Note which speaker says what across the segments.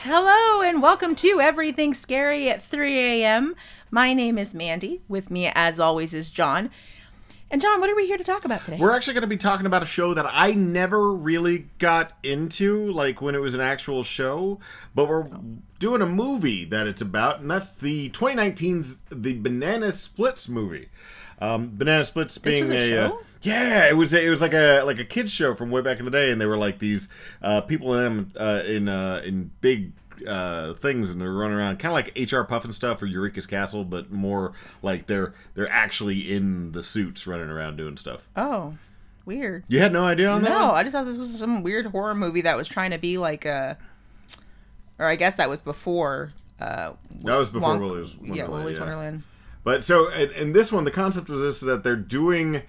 Speaker 1: Hello and welcome to Everything Scary at 3 a.m. My name is Mandy. With me, as always, is John. And John, what are we here to talk about today?
Speaker 2: We're actually going to be talking about a show that I never really got into, like when it was an actual show, but we're doing a movie that it's about, and that's the 2019's The Banana Splits movie. Um, Banana Splits being
Speaker 1: was a
Speaker 2: uh,
Speaker 1: show?
Speaker 2: yeah, it was a, it was like a like a kids show from way back in the day, and they were like these uh, people in them uh, in uh, in big uh, things, and they're running around kind of like HR Puff and stuff or Eureka's Castle, but more like they're they're actually in the suits running around doing stuff.
Speaker 1: oh, weird.
Speaker 2: You had no idea on that?
Speaker 1: No,
Speaker 2: one?
Speaker 1: I just thought this was some weird horror movie that was trying to be like a, or I guess that was before. Uh,
Speaker 2: That was before
Speaker 1: Wonk-
Speaker 2: Willy's Wonderland.
Speaker 1: yeah, Willy's
Speaker 2: yeah.
Speaker 1: Wonderland.
Speaker 2: But so, and, and this one, the concept of this is that they're doing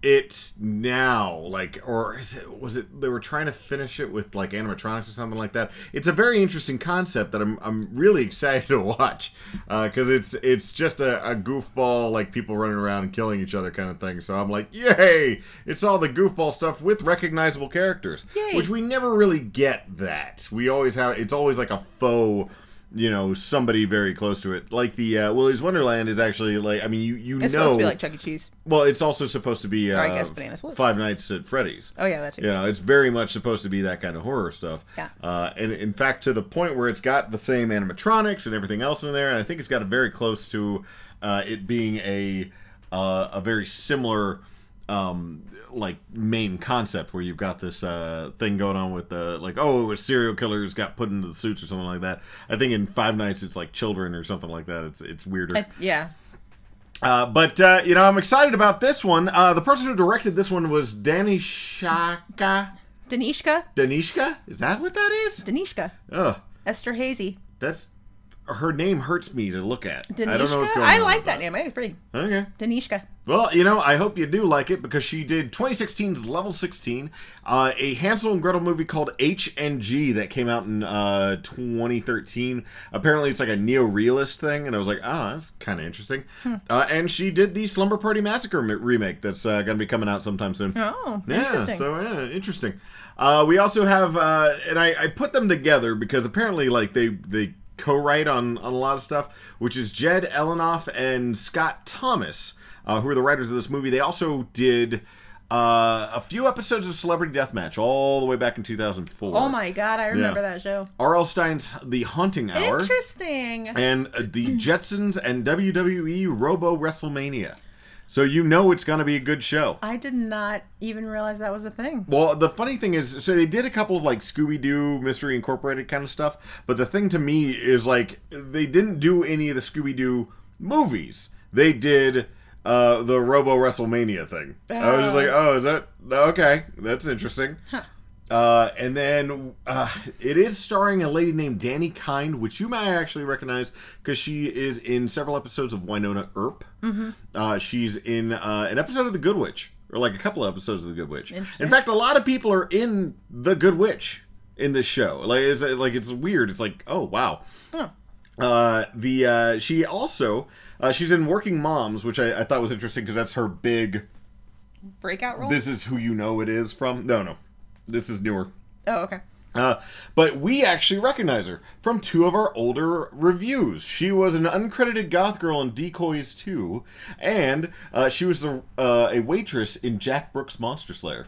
Speaker 2: it now, like, or is it, was it, they were trying to finish it with like animatronics or something like that. It's a very interesting concept that I'm, I'm really excited to watch because it's, it's just a, a goofball, like people running around and killing each other kind of thing. So I'm like, yay! It's all the goofball stuff with recognizable characters,
Speaker 1: Yay.
Speaker 2: which we never really get that. We always have, it's always like a faux you know somebody very close to it like the uh, willy's wonderland is actually like i mean you you
Speaker 1: It's
Speaker 2: know
Speaker 1: supposed to be like Chuck E. Cheese.
Speaker 2: well it's also supposed to be uh,
Speaker 1: I guess Banana Split.
Speaker 2: five nights at freddy's
Speaker 1: Oh yeah, that's it.
Speaker 2: you know it's very much supposed to be that kind of horror stuff
Speaker 1: Yeah.
Speaker 2: uh, and in fact to the point where it's got the same animatronics and everything else in there and i think it's got it very close to uh, it being a uh, a very similar um, like main concept where you've got this uh, thing going on with the like oh it was serial killers got put into the suits or something like that i think in five nights it's like children or something like that it's it's weirder
Speaker 1: I- yeah.
Speaker 2: uh, but uh, you know, I'm excited about this one. Uh, the person who directed this one was Danny Shaka.
Speaker 1: Danishka,
Speaker 2: Danishka? Is that what that is?
Speaker 1: Danishka,
Speaker 2: Ugh,
Speaker 1: Esther Hazy,
Speaker 2: that's her name hurts me to look at.
Speaker 1: Danishka.
Speaker 2: I don't know what's going
Speaker 1: I
Speaker 2: on.
Speaker 1: like
Speaker 2: with
Speaker 1: that name. I think it's pretty.
Speaker 2: Okay.
Speaker 1: Danishka.
Speaker 2: Well, you know, I hope you do like it because she did 2016's Level 16, uh, a Hansel and Gretel movie called H and G that came out in uh, 2013. Apparently, it's like a neo-realist thing, and I was like, ah, that's kind of interesting. Uh, and she did the Slumber Party Massacre m- remake that's uh, going to be coming out sometime soon.
Speaker 1: Oh,
Speaker 2: Yeah,
Speaker 1: interesting.
Speaker 2: so yeah, interesting. Uh, we also have, uh, and I, I put them together because apparently, like they they co-write on, on a lot of stuff, which is Jed Elenoff and Scott Thomas, uh, who are the writers of this movie. They also did uh, a few episodes of Celebrity Deathmatch all the way back in 2004.
Speaker 1: oh my god, I remember that show.
Speaker 2: R.L. Stein's The Haunting Hour,
Speaker 1: Interesting.
Speaker 2: and uh, the Jetsons and WWE Robo WrestleMania. So you know it's going to be a good show.
Speaker 1: I did not even realize that was a thing.
Speaker 2: Well, the funny thing is, so they did a couple of like Scooby Doo Mystery Incorporated kind of stuff, but the thing to me is like they didn't do any of the Scooby Doo movies. They did uh, the Robo WrestleMania thing. I was just like, oh, is that okay? That's interesting. Uh, and then uh, it is starring a lady named Danny Kind, which you might actually recognize because she is in several episodes of Winona Earp. Mm-hmm. Uh, she's in uh, an episode of The Good Witch, or like a couple of episodes of The Good Witch.
Speaker 1: Interesting.
Speaker 2: In fact, a lot of people are in The Good Witch in this show. Like it's like it's weird. It's like oh wow. Uh, the uh, she also uh, she's in Working Moms, which I, I thought was interesting because that's her big.
Speaker 1: Breakout role?
Speaker 2: This is who you know it is from. No, no, this is newer.
Speaker 1: oh, okay.
Speaker 2: Uh, but we actually recognize her from two of our older reviews. She was an uncredited goth girl in Decoys 2, and uh, she was the, uh, a waitress in Jack Brooks' Monster Slayer.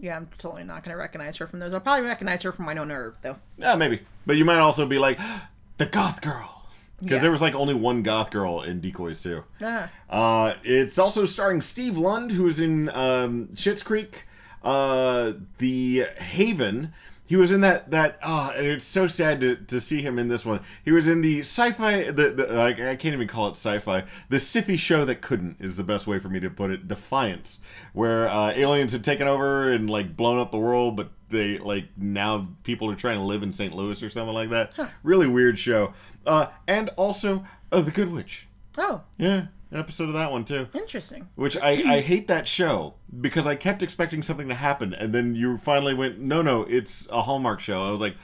Speaker 1: Yeah, I'm totally not going to recognize her from those. I'll probably recognize her from Winona Earp, though.
Speaker 2: Yeah, maybe. But you might also be like, the goth girl. Because
Speaker 1: Yeah.
Speaker 2: there was like only one goth girl in Decoys 2.
Speaker 1: Ah.
Speaker 2: Uh, it's also starring Steve Lund, who is in um, Schitt's Creek, uh, The Haven. He was in that that ah, and it's so sad to, to see him in this one. He was in the sci-fi the, the like, I can't even call it sci-fi. The siffy show that couldn't is the best way for me to put it. Defiance, where uh, aliens had taken over and like blown up the world, but they like now people are trying to live in St. Louis or something like that. Really weird show. Uh, and also uh, The Good Witch.
Speaker 1: Oh,
Speaker 2: Yeah, an episode of that one too.
Speaker 1: interesting.
Speaker 2: Which I, I hate that show because I kept expecting something to happen, and then you finally went, no, no, it's a Hallmark show. I was like,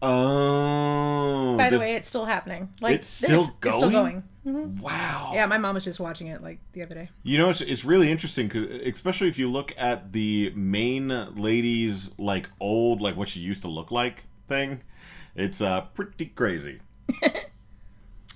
Speaker 2: oh.
Speaker 1: By the
Speaker 2: this-
Speaker 1: way, it's still happening. Like,
Speaker 2: It's still
Speaker 1: It's still
Speaker 2: going?
Speaker 1: going.
Speaker 2: wow.
Speaker 1: Yeah, my mom was just watching it, like, the other day.
Speaker 2: You know, it's, it's really interesting, 'cause- especially if you look at the main lady's like old, like what she used to look like thing. It's uh, pretty crazy.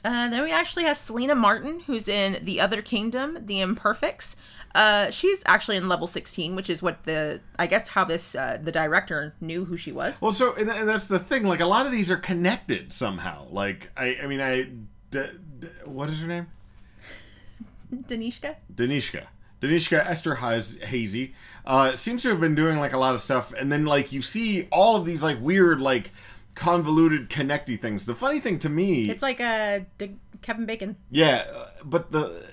Speaker 1: Uh, then we actually have Selena Martin, who's in The Other Kingdom, The Imperfects. Uh, she's actually in level 16, which is what the, I guess, how this, uh, the director knew who she was.
Speaker 2: Well, so and, and that's the thing. Like a lot of these are connected somehow. Like I, I mean, I, D- D- what is her name?
Speaker 1: Danishka?
Speaker 2: Danishka. Danishka Esther Haz- Hazy uh, seems to have been doing like a lot of stuff, and then like you see all of these like weird like convoluted connecty things. The funny thing to me,
Speaker 1: It's like uh, D- Kevin Bacon.
Speaker 2: yeah, uh, but the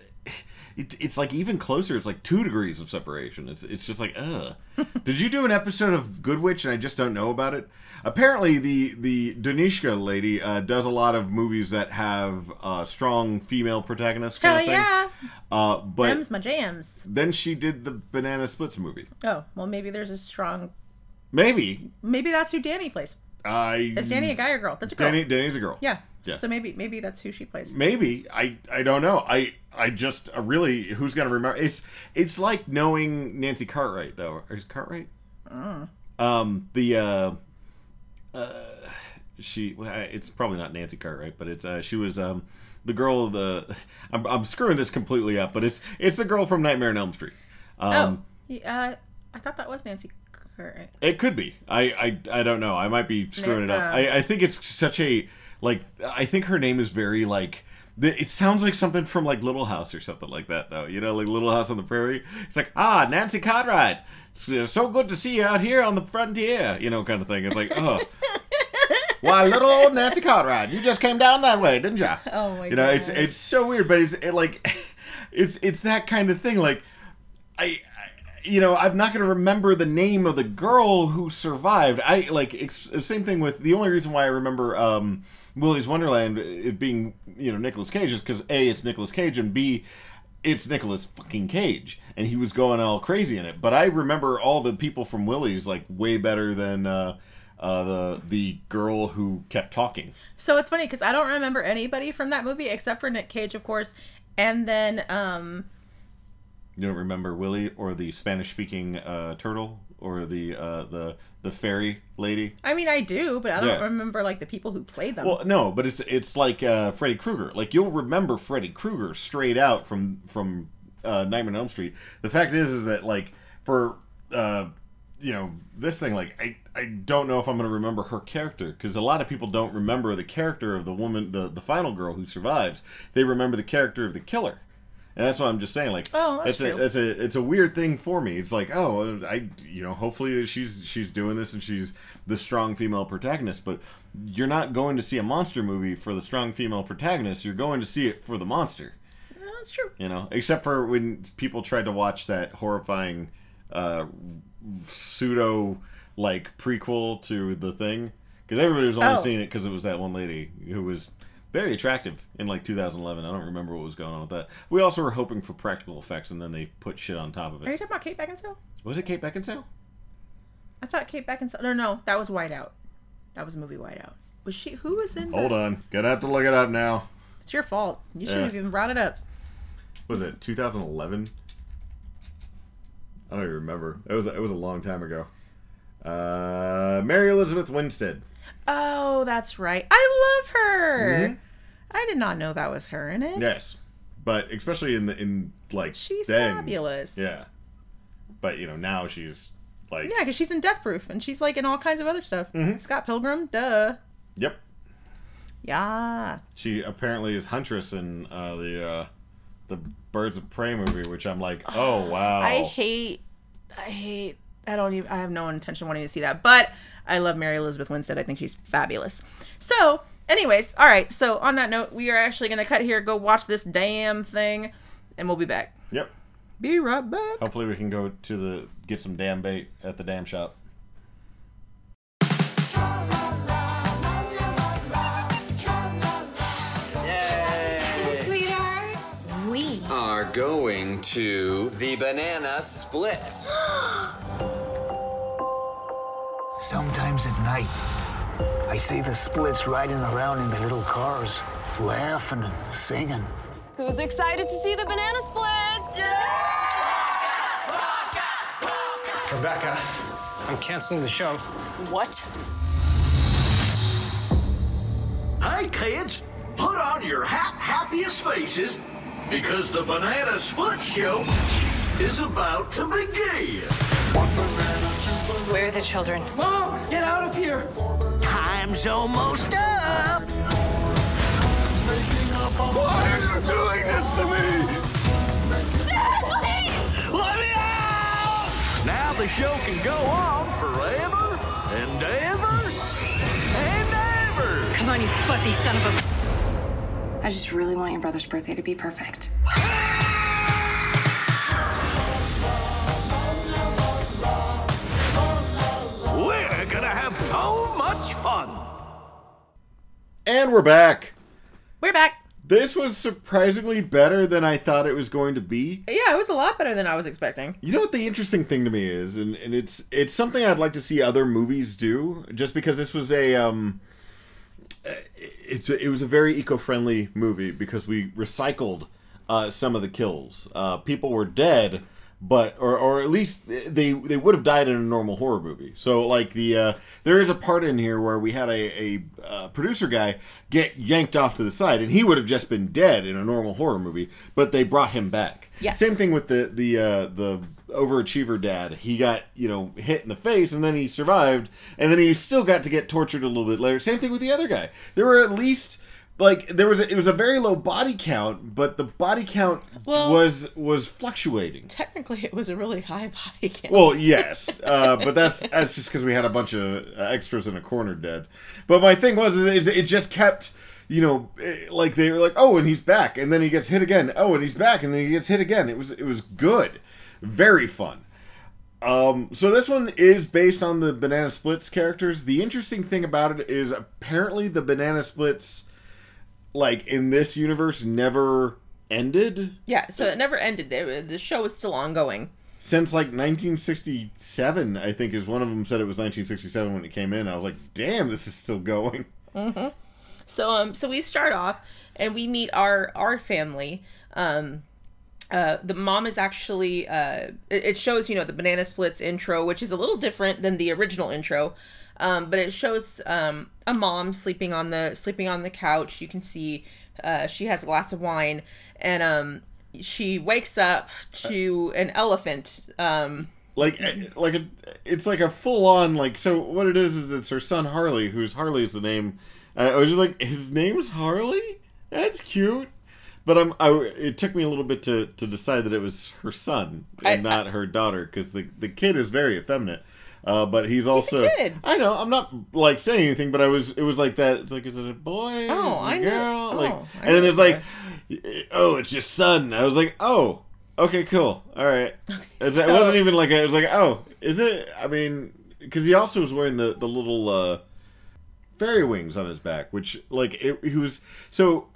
Speaker 2: it, it's like even closer. It's like two degrees of separation. It's it's just like ugh. Did you do an episode of Good Witch and I just don't know about it? Apparently, the the Danishka lady uh, does a lot of movies that have uh, strong female protagonists. Kind
Speaker 1: Hell
Speaker 2: of thing.
Speaker 1: yeah.
Speaker 2: Uh, but
Speaker 1: Them's my jams.
Speaker 2: then she did the Banana Splits movie.
Speaker 1: Oh, well, maybe there's a strong,
Speaker 2: Maybe
Speaker 1: maybe that's who Danny plays.
Speaker 2: I
Speaker 1: Is Danny a guy or girl? That's a girl.
Speaker 2: Mm. Danny Danny's a girl.
Speaker 1: yeah.
Speaker 2: Yeah. Um,
Speaker 1: So maybe maybe that's who she plays.
Speaker 2: Maybe I I don't know. I I just uh, really who's gonna remember? It's it's like knowing Nancy Cartwright though. Or Is Cartwright? Um, the uh, uh, she well, I- it's probably not Nancy Cartwright, but it's uh, she was um the girl of the I'm, I'm screwing this completely up, but it's it's the girl from Nightmare on Elm Street. Um,
Speaker 1: oh, he- uh, I thought that was Nancy Curry.
Speaker 2: It could be. I I, I don't know. I might be screwing it up.
Speaker 1: uh,
Speaker 2: I, I think it's such a like. I think her name is very like. th- It sounds like something from like Little House or something like that, though. You know, like Little House on the Prairie. It's like ah, Nancy Cartwright. It's uh, so good to see you out here on the frontier. You know, kind of thing. It's like oh. Why, little old Nancy Cartwright, you just came down that way, didn't ya?
Speaker 1: Oh my
Speaker 2: You know, it's
Speaker 1: gosh.
Speaker 2: it's so weird, but it's it like, it's it's that kind of thing. Like, I, I you know i'm not going to remember the name of the girl who survived i like ex- same thing with the only reason why i remember um willie's wonderland it being you know nicholas cage is because a it's nicholas cage and b it's nicholas fucking cage and he was going all crazy in it but i remember all the people from willie's like way better than uh uh, the the girl who kept talking.
Speaker 1: So it's funny because I don't remember anybody from that movie except for Nick Cage, of course, and then um,
Speaker 2: You don't remember Willie or the Spanish speaking uh, turtle or the uh, the the fairy lady.
Speaker 1: I mean I do, but I don't
Speaker 2: Yeah.
Speaker 1: remember like the people who played them.
Speaker 2: Well, no, but it's it's like uh, Freddy Krueger. Like you'll remember Freddy Krueger straight out from from uh, Nightmare on Elm Street. The fact is, is that like for uh, you know this thing, like I I don't know if I'm going to remember her character because a lot of people don't remember the character of the woman, the the final girl who survives. They remember the character of the killer. And that's what I'm just saying. Like,
Speaker 1: Oh, that's
Speaker 2: it's a
Speaker 1: true.
Speaker 2: that's a it's a weird thing for me. It's like, oh, I you know, hopefully she's she's doing this and she's the strong female protagonist. But you're not going to see a monster movie for the strong female protagonist. You're going to see it for the monster.
Speaker 1: No, that's true.
Speaker 2: You know, except for when people tried to watch that horrifying uh, pseudo like prequel to the thing because everybody was only
Speaker 1: Oh.
Speaker 2: seeing it because it was that one lady who was very attractive in like 2011. I don't remember what was going on with that. We also were hoping for practical effects, and then they put shit on top of
Speaker 1: Are
Speaker 2: it.
Speaker 1: you talking about Kate Beckinsale?
Speaker 2: Was it Kate Beckinsale?
Speaker 1: I thought Kate Beckinsale. No, no, that was Whiteout. That was movie Whiteout. Was she? Who was in?
Speaker 2: Hold
Speaker 1: that?
Speaker 2: on, gonna have to look it up now.
Speaker 1: It's your fault. You should
Speaker 2: Yeah.
Speaker 1: have even brought it up.
Speaker 2: Was it 2011? I don't even remember. It was it was a long time ago. Uh, Mary Elizabeth Winstead.
Speaker 1: Oh, that's right. I love her.
Speaker 2: Mhm.
Speaker 1: I did not know that was her in it.
Speaker 2: Yes, but especially in the in like
Speaker 1: She's
Speaker 2: then-
Speaker 1: fabulous.
Speaker 2: Yeah, but you know now she's like
Speaker 1: Yeah, because she's in Death Proof and she's like in all kinds of other stuff.
Speaker 2: Mm-hmm.
Speaker 1: Scott Pilgrim, duh.
Speaker 2: yep.
Speaker 1: Yeah.
Speaker 2: She apparently is huntress in uh, the uh, the Birds of Prey movie, which I'm like, oh wow.
Speaker 1: I hate, I hate, I don't even, I have no intention of wanting to see that, but I love Mary Elizabeth Winstead. I think she's fabulous. So, anyways, all right. So, on that note, we are actually going to cut here, go watch this damn thing, and we'll be back.
Speaker 2: Yep.
Speaker 1: Be right back.
Speaker 2: Hopefully we can go to the get some damn bait at the damn shop.
Speaker 3: Sweetheart, we
Speaker 4: are going to the banana splits.
Speaker 5: Sometimes at night, I see the splits riding around in the little cars, laughing and singing.
Speaker 6: Who's excited to see the banana splits?
Speaker 7: Rebecca, I'm canceling the show.
Speaker 6: What?
Speaker 3: right, kids. Put on your ha- happiest faces because the Banana Split Show is about to begin.
Speaker 7: Where are the children?
Speaker 3: Mom, get out of here.
Speaker 8: Time's almost up.
Speaker 3: Why are you doing this to me?
Speaker 8: Let me out!
Speaker 3: Now the show can go on forever and ever and ever.
Speaker 7: Come on, you fussy son of a.
Speaker 9: I just really want your brother's birthday to be perfect.
Speaker 3: We're gonna have so much fun.
Speaker 2: And we're back.
Speaker 1: We're back.
Speaker 2: This was surprisingly better than I thought it was going to be.
Speaker 1: Yeah, it was a lot better than I was expecting.
Speaker 2: You know what the interesting thing to me is, and, and it's it's something I'd like to see other movies do, just because this was a um, uh, it's a, it was a very eco friendly movie because we recycled uh, some of the kills. Uh, people were dead, but or or at least they they would have died in a normal horror movie. So like the uh, there is a part in here where we had a a uh, producer guy get yanked off to the side, and he would have just been dead in a normal horror movie, but they brought him back.
Speaker 1: Yes.
Speaker 2: Same thing with the the uh, the overachiever dad. He got you know hit in the face, and then he survived, and then he still got to get tortured a little bit later. Same thing with the other guy. There were at least like there was a, it was a very low body count, but the body count
Speaker 1: Well-
Speaker 2: was was fluctuating.
Speaker 1: Technically, it was a really high body count.
Speaker 2: Well, yes, uh, but that's that's just because we had a bunch of uh, extras in a corner dead. But my thing was, is it, it just kept, you know, eh, like they were like, oh, and he's back, and then he gets hit again. Oh, and he's back, and then he gets hit again. It was it was good, very fun. Um, so this one is based on the Banana Splits characters. The interesting thing about it is apparently the Banana Splits, like in this universe, never ended
Speaker 1: yeah, so it never ended. They- The show was still ongoing.
Speaker 2: since like 1967 i think is one of them said it was 1967 when it came in i was like damn this is still going
Speaker 1: So um so we start off and we meet our our family. Um uh the mom is actually uh it, it shows, you know, the banana splits intro, which is a little different than the original intro. Um but it shows um a mom sleeping on the sleeping on the couch. You can see uh she has a glass of wine and um she wakes up to an elephant um
Speaker 2: like eh, like a, it's like a full-on like so what it is is it's her son harley who's harley is the name i I was just like his name's harley that's cute but I'm, I, it took me a little bit to, to decide that it was her son and
Speaker 1: I-
Speaker 2: not her daughter because the, the kid is very effeminate. Uh, but he's also
Speaker 1: kid.
Speaker 2: I know I'm not like saying anything, but I was it was like that. It's like is it a boy?
Speaker 1: Oh, I
Speaker 2: is it a
Speaker 1: know-
Speaker 2: girl?
Speaker 1: oh,
Speaker 2: like,
Speaker 1: I
Speaker 2: and then
Speaker 1: know
Speaker 2: it's like, oh, it's your son. I was like, oh, okay, cool, all right. It's- it wasn't even like a, it was like, oh, is it? I mean, because he also was wearing the the little uh, fairy wings on his back, which like it, he was so.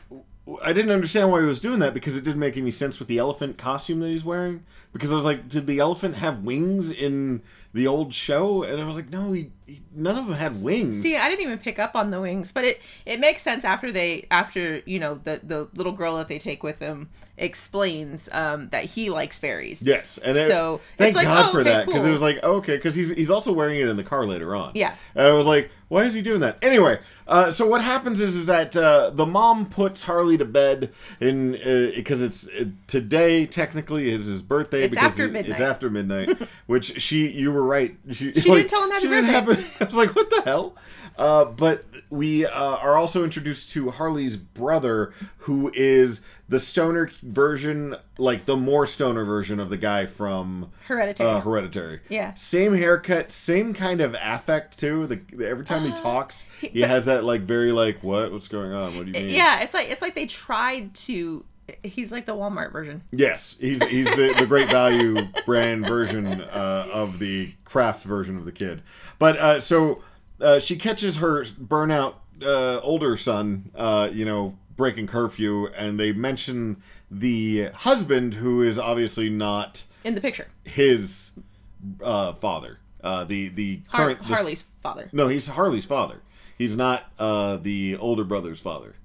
Speaker 2: I didn't understand why he was doing that because it didn't make any sense with the elephant costume that he's wearing. Because I was like, did the elephant have wings in the old show? And I was like, no, he, he none of them had wings.
Speaker 1: See, I didn't even pick up on the wings, but it it makes sense after they after you know the the little girl that they take with them explains um that he likes fairies.
Speaker 2: Yes, and it,
Speaker 1: So,
Speaker 2: thank
Speaker 1: it's like,
Speaker 2: God
Speaker 1: oh,
Speaker 2: for
Speaker 1: okay,
Speaker 2: that because it
Speaker 1: cool.
Speaker 2: was like okay, because he's he's also wearing it in the car later on.
Speaker 1: Yeah.
Speaker 2: and I was like, why is he doing that? Anyway, uh, so what happens is is that uh, the mom puts Harley to bed in because it's uh, today technically is his birthday.
Speaker 1: It's
Speaker 2: because
Speaker 1: after
Speaker 2: it- It's
Speaker 1: midnight.
Speaker 2: after midnight, which she you were right. She,
Speaker 1: didn't tell him happy birthday.
Speaker 2: happen- I was like, what the hell? Uh, but we uh, are also introduced to Harley's brother, who is the stoner version, like the more stoner version of the guy from
Speaker 1: Hereditary.
Speaker 2: Uh, Hereditary.
Speaker 1: Yeah.
Speaker 2: Same haircut, same kind of affect too. The, the- every time
Speaker 1: Uh,
Speaker 2: he talks, he has that like very like what what's going on? What do you mean?
Speaker 1: Uh, yeah, it's like it's like they tried to. He's like the Walmart version.
Speaker 2: Yes, he's he's the, the great value brand version uh, of the craft version of the kid. But uh, so uh, she catches her burnout uh, older son, uh, you know, breaking curfew, and they mention the husband who is obviously not
Speaker 1: in the picture.
Speaker 2: his uh, father. Uh, the the
Speaker 1: Har-
Speaker 2: current the-
Speaker 1: Harley's father.
Speaker 2: no, he's Harley's father. He's not uh, the older brother's father.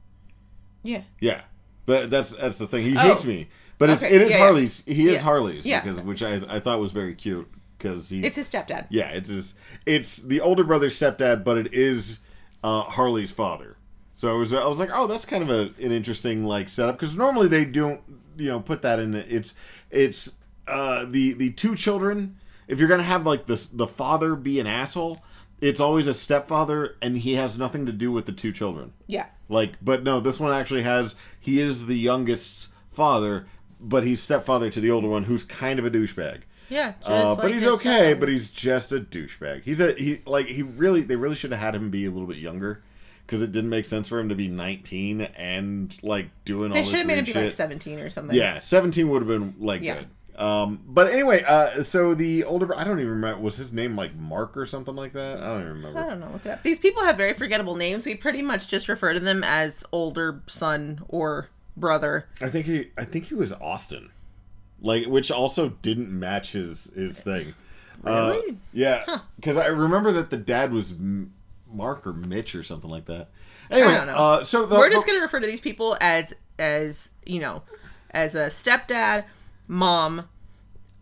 Speaker 1: Yeah.
Speaker 2: Yeah, but that's that's the thing. He
Speaker 1: Oh.
Speaker 2: hates me, but it's,
Speaker 1: Okay,
Speaker 2: it is
Speaker 1: yeah, yeah.
Speaker 2: Harley's. He is
Speaker 1: Yeah.
Speaker 2: Harley's
Speaker 1: Yeah.
Speaker 2: because which I, I thought was very cute because he.
Speaker 1: It's his stepdad.
Speaker 2: yeah, it's his. It's the older brother's stepdad, but it is uh, Harley's father. So it was, I was like, oh, that's kind of a, an interesting like setup because normally they don't, you know, put that in. the- It's it's uh, the the two children. If you're gonna have like this, the father be an asshole, it's always a stepfather, and he has nothing to do with the two children.
Speaker 1: Yeah.
Speaker 2: Like, but no, this one actually has. He is the youngest's father, but he's stepfather to the older one, who's kind of a douchebag.
Speaker 1: Yeah, just
Speaker 2: Uh,
Speaker 1: like
Speaker 2: but he's
Speaker 1: his um,
Speaker 2: okay.
Speaker 1: stepfather.
Speaker 2: But he's just a douchebag. He's a he like he really they really should have had him be a little bit younger because it didn't make sense for him to be 19 and like doing all
Speaker 1: They
Speaker 2: this
Speaker 1: should have made
Speaker 2: weird
Speaker 1: it be
Speaker 2: shit.
Speaker 1: like 17 or something.
Speaker 2: Yeah, 17 would have been like
Speaker 1: Yeah.
Speaker 2: good. Um, but anyway, uh, so the older bro- I don't even remember was his name like Mark or something like that. I don't even remember.
Speaker 1: I don't know. Look it up. These people have very forgettable names. We pretty much just refer to them as older son or brother.
Speaker 2: I think he I think he was Austin. Like which also didn't match his his thing. Uh,
Speaker 1: Really?
Speaker 2: yeah, cuz I remember that the dad was M- Mark or Mitch or something like that. Anyway,
Speaker 1: don't know.
Speaker 2: uh so the,
Speaker 1: We're just
Speaker 2: the-
Speaker 1: gonna refer to these people as as you know, as a stepdad, mom,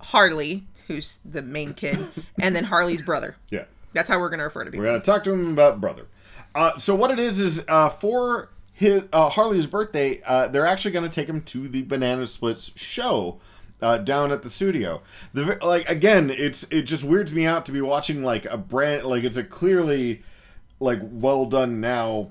Speaker 1: Harley, who's the main kid, and then Harley's brother.
Speaker 2: Yeah.
Speaker 1: That's how we're gonna refer to people.
Speaker 2: We're going to talk to him about brother. Uh so what it is is uh for his uh, Harley's birthday, uh they're actually going to take him to the Banana Splits show. Uh, down at the studio, the ve- like again, it's it just weirds me out to be watching like a brand like it's a clearly like well done now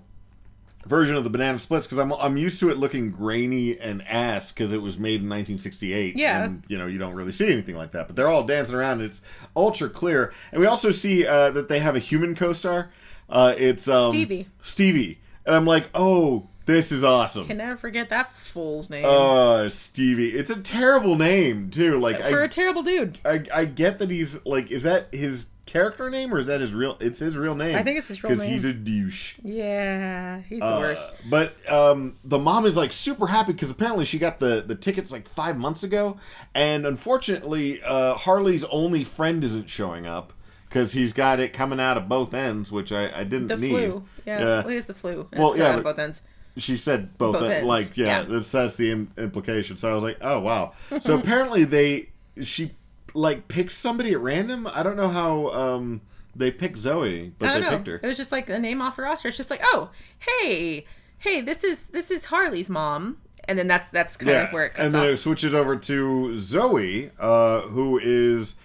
Speaker 2: version of the banana splits because I'm I'm used to it looking grainy and ass because it was made in 1968.
Speaker 1: Yeah.
Speaker 2: and you know you don't really see anything like that, but they're all dancing around. And it's ultra clear, and we also see uh, that they have a human co-star. Uh, it's um,
Speaker 1: Stevie.
Speaker 2: Stevie, and I'm like, oh, this is awesome.
Speaker 1: Can never forget that fool's name
Speaker 2: uh, Stevie. It's a terrible name too. Like
Speaker 1: for
Speaker 2: I,
Speaker 1: a terrible dude.
Speaker 2: I, I get that he's like, is that his character name or is that his real? It's his real name.
Speaker 1: I think it's his real
Speaker 2: because
Speaker 1: name.
Speaker 2: he's a douche.
Speaker 1: Yeah, he's the worst.
Speaker 2: Uh, But um, the mom is like super happy because apparently she got the the tickets like five months ago, and unfortunately, uh, Harley's only friend isn't showing up because he's got it coming out of both ends, which I, I didn't
Speaker 1: The
Speaker 2: need.
Speaker 1: flu. Yeah, well, he has the flu. It's
Speaker 2: Well,
Speaker 1: got
Speaker 2: yeah,
Speaker 1: out
Speaker 2: but-
Speaker 1: both ends.
Speaker 2: she said both,
Speaker 1: Both
Speaker 2: en-
Speaker 1: ends,
Speaker 2: like yeah,
Speaker 1: yeah.
Speaker 2: That's, that's the Im- implication. So I was like, oh wow. So apparently they she like picked somebody at random. I don't know how um, they picked Zoe, but
Speaker 1: I
Speaker 2: they
Speaker 1: don't know.
Speaker 2: picked her.
Speaker 1: It was just like a name off her roster. It's just like, oh, hey, hey, this is this is Harley's mom, and then that's that's kind of where it comes
Speaker 2: and then
Speaker 1: off.
Speaker 2: it switches over to Zoe, uh, who is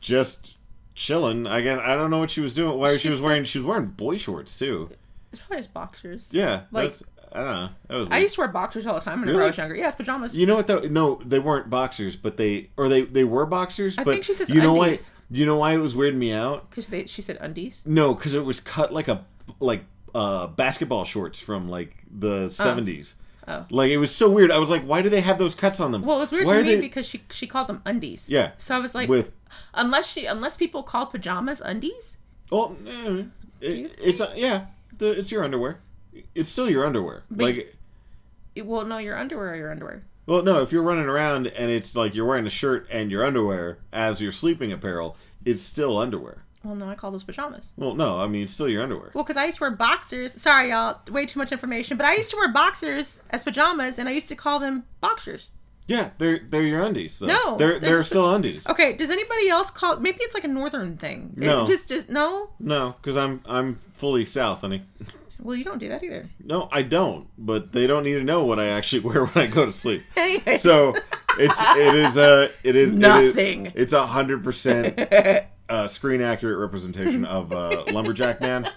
Speaker 2: just chilling. I guess I don't know what she was doing. Why she was wearing she was wearing boy shorts too.
Speaker 1: it's probably just boxers.
Speaker 2: Yeah,
Speaker 1: Like-
Speaker 2: that's, I don't know. That was
Speaker 1: I
Speaker 2: weird.
Speaker 1: used to wear boxers all the time whenever
Speaker 2: Really?
Speaker 1: I was younger. Yes, pajamas.
Speaker 2: you know what though? No, they weren't boxers, but they or they they were boxers.
Speaker 1: I
Speaker 2: but
Speaker 1: think she says
Speaker 2: you know why?
Speaker 1: undies.
Speaker 2: You know why it was weirding me out?
Speaker 1: Because they she said undies.
Speaker 2: No, because it was cut like a like uh basketball shorts from like the seventies.
Speaker 1: Oh.
Speaker 2: Like it was so weird. I was like, why do they have those cuts on them?
Speaker 1: Well, it was weird
Speaker 2: Why
Speaker 1: to
Speaker 2: are
Speaker 1: me
Speaker 2: they-
Speaker 1: because she she called them undies.
Speaker 2: Yeah.
Speaker 1: So I was like,
Speaker 2: With-
Speaker 1: unless she unless people call pajamas undies.
Speaker 2: Well, eh, it, it's uh, yeah, the, it's your underwear. It's still your underwear. like,
Speaker 1: It- well, no, your underwear or your underwear.
Speaker 2: well, no, if you're running around and it's like you're wearing a shirt and your underwear as your sleeping apparel, it's still underwear.
Speaker 1: Well, no, I call those pajamas.
Speaker 2: Well, no, I mean it's still your underwear.
Speaker 1: Well, because I used to wear boxers. Sorry, y'all. Way too much information. But I used to wear boxers as pajamas, and I used to call them boxers.
Speaker 2: yeah, they're they're your undies. Though.
Speaker 1: No,
Speaker 2: they're
Speaker 1: they're
Speaker 2: they're
Speaker 1: just-
Speaker 2: still undies.
Speaker 1: Okay. Does anybody else call? Maybe it's like a northern thing. It
Speaker 2: No.
Speaker 1: just, just no.
Speaker 2: No, because I'm I'm fully south, honey.
Speaker 1: Well, you don't do that either.
Speaker 2: No, I don't. But they don't need to know what I actually wear when I go to sleep.
Speaker 1: Anyways.
Speaker 2: So it's it is a it is it is-
Speaker 1: Nothing.
Speaker 2: it's a hundred percent uh, screen accurate representation of uh, lumberjack man,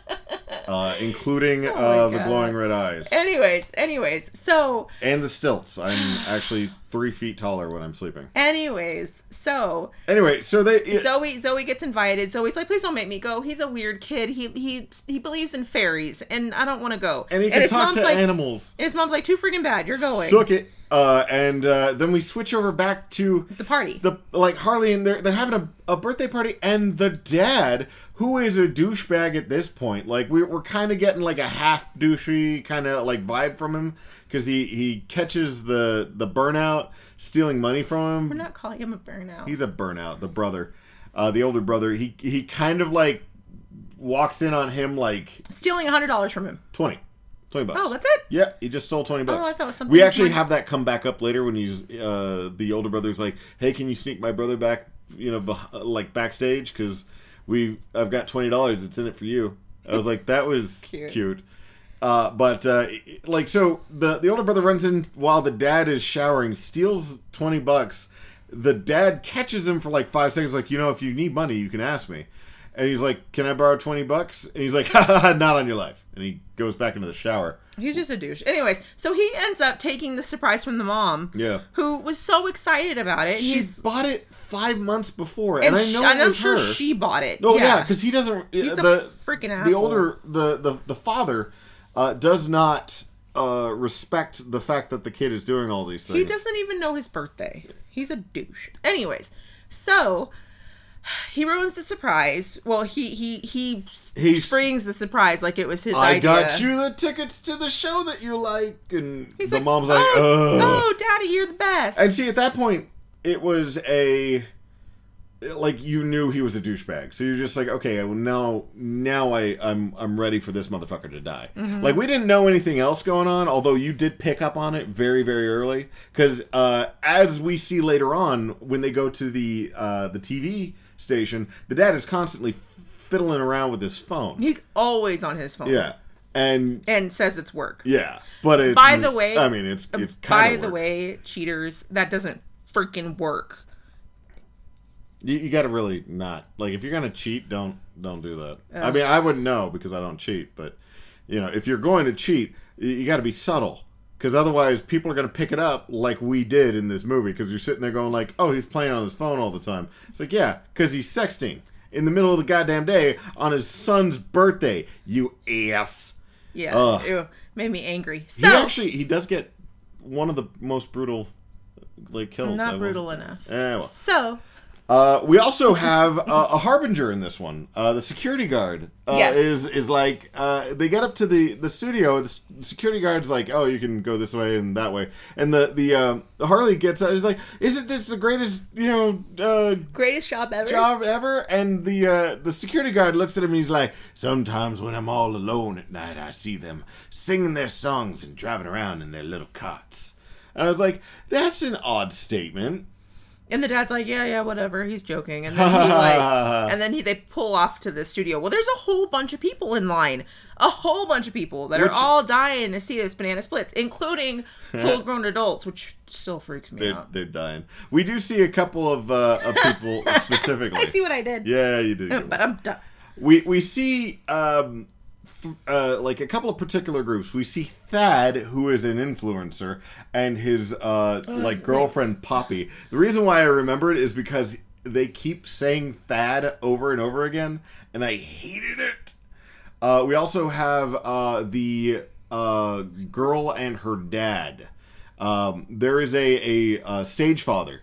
Speaker 2: uh, including uh, the
Speaker 1: Oh God.
Speaker 2: glowing red eyes
Speaker 1: Anyways, anyways. So,
Speaker 2: and the stilts. I'm actually three feet taller when I'm sleeping.
Speaker 1: anyways, so
Speaker 2: Anyway, so they it-
Speaker 1: Zoe Zoe gets invited. Zoe's like, please don't make me go. He's a weird kid. He he he believes in fairies, and I don't want to go.
Speaker 2: and he can
Speaker 1: his
Speaker 2: talk
Speaker 1: mom's
Speaker 2: to
Speaker 1: like,
Speaker 2: animals.
Speaker 1: And his mom's like, too freaking bad. You're going.
Speaker 2: Suck it. Uh, and uh, then we switch over back to
Speaker 1: the party.
Speaker 2: the like Harley and they're they're having a, a birthday party and the dad who is a douchebag at this point like we, we're kind of getting like a half douchey kind of like vibe from him because he he catches the the burnout stealing money from
Speaker 1: We're
Speaker 2: him
Speaker 1: not calling him a burnout.
Speaker 2: he's a burnout the brother uh the older brother he he kind of like walks in on him like
Speaker 1: Stealing hundred dollars from him.
Speaker 2: 20 20 bucks
Speaker 1: Oh, that's it.
Speaker 2: yeah, he just stole twenty bucks.
Speaker 1: Oh, I thought it was something
Speaker 2: we actually
Speaker 1: different.
Speaker 2: have that come back up later when he's uh, the older brother's like, "Hey, can you sneak my brother back? You know, beh- uh, like backstage because we I've got twenty dollars. It's in it for you." I was like, "That was cute."
Speaker 1: Cute.
Speaker 2: Uh, but uh, like so, the the older brother runs in while the dad is showering, steals twenty bucks. The dad catches him for like five seconds, like you know, if you need money, you can ask me. And he's like, "Can I borrow twenty bucks?" And he's like, "Ha, ha, ha, "Not on your life." And he goes back into the shower.
Speaker 1: He's just a douche. Anyways, so he ends up taking the surprise from the mom.
Speaker 2: Yeah.
Speaker 1: Who was so excited about it.
Speaker 2: She
Speaker 1: He's
Speaker 2: bought it five months before, and,
Speaker 1: and,
Speaker 2: I know
Speaker 1: sh- and
Speaker 2: it
Speaker 1: I'm
Speaker 2: was
Speaker 1: sure
Speaker 2: her.
Speaker 1: she bought it.
Speaker 2: No, yeah, because he doesn't. uh,
Speaker 1: He's a
Speaker 2: the
Speaker 1: freaking
Speaker 2: The
Speaker 1: asshole.
Speaker 2: older the the the father uh, does not uh, respect the fact that the kid is doing all these things.
Speaker 1: He doesn't even know his birthday. He's a douche. Anyways, so he ruins the surprise. Well, he he he s-
Speaker 2: He's-
Speaker 1: springs the surprise like it was his
Speaker 2: I
Speaker 1: idea.
Speaker 2: got you the tickets to the show that you like, and
Speaker 1: He's
Speaker 2: the mom's like,
Speaker 1: oh,
Speaker 2: "Ugh."
Speaker 1: oh, daddy, you're the best.
Speaker 2: And see, at that point, it was a like you knew he was a douchebag, so you're just like, okay, well, now now I I'm I'm ready for this motherfucker to die.
Speaker 1: Mm-hmm.
Speaker 2: Like we didn't know anything else going on, although you did pick up on it very very early because uh, as we see later on when they go to the uh, the TV station, the dad is constantly fiddling around with his phone.
Speaker 1: He's always on his phone.
Speaker 2: Yeah, and
Speaker 1: And says it's work.
Speaker 2: yeah, but it's,
Speaker 1: By the way, uh,
Speaker 2: I mean it's it's
Speaker 1: by
Speaker 2: kinda
Speaker 1: the
Speaker 2: work.
Speaker 1: way, cheaters, that doesn't freaking work.
Speaker 2: You, you got to really not like if you're gonna cheat, don't don't do that. I mean, I wouldn't know because I don't cheat, but you know, if you're going to cheat, you, you got to be subtle because otherwise people are gonna pick it up like we did in this movie. Because you're sitting there going like, oh, he's playing on his phone all the time. It's like yeah, because he's sexting in the middle of the goddamn day on his son's birthday. You ass.
Speaker 1: Yeah,
Speaker 2: Ugh.
Speaker 1: ew, made me angry. So
Speaker 2: he actually he does get one of the most brutal like kills. I
Speaker 1: not
Speaker 2: will-
Speaker 1: brutal enough.
Speaker 2: Eh, well.
Speaker 1: So
Speaker 2: Uh, we also have uh, a harbinger in this one. Uh, the security guard uh,
Speaker 1: Yes.
Speaker 2: is is like uh, they get up to the the studio. The s- security guard's like, "Oh, you can go this way and that way." And the the uh, Harley gets out. He's like, "Isn't this the greatest you know uh,
Speaker 1: greatest job ever.
Speaker 2: job ever?" And the uh, the security guard looks at him and he's like, "Sometimes when I'm all alone at night, I see them singing their songs and driving around in their little carts." And I was like, "That's an odd statement."
Speaker 1: And the dad's like, yeah, yeah, whatever. He's joking. And then he like, and then he they pull off to the studio. Well, there's a whole bunch of people in line, a whole bunch of people that
Speaker 2: Which-
Speaker 1: are all dying to see this banana splits, including full grown adults, which still freaks me
Speaker 2: They're,
Speaker 1: out.
Speaker 2: they're dying. We do see a couple of, uh, of people specifically.
Speaker 1: I see what I did,
Speaker 2: Yeah, you do.
Speaker 1: but I'm done.
Speaker 2: we we see um, th- uh, like a couple of particular groups. We see Thad, who is an influencer, and his
Speaker 1: Oh,
Speaker 2: uh, like girlfriend Poppy. The reason why I remember it is because they keep saying Thad over and over again, and I hated it. Uh, we also have uh, the uh, girl and her dad. Um, there is a, a, uh stage father.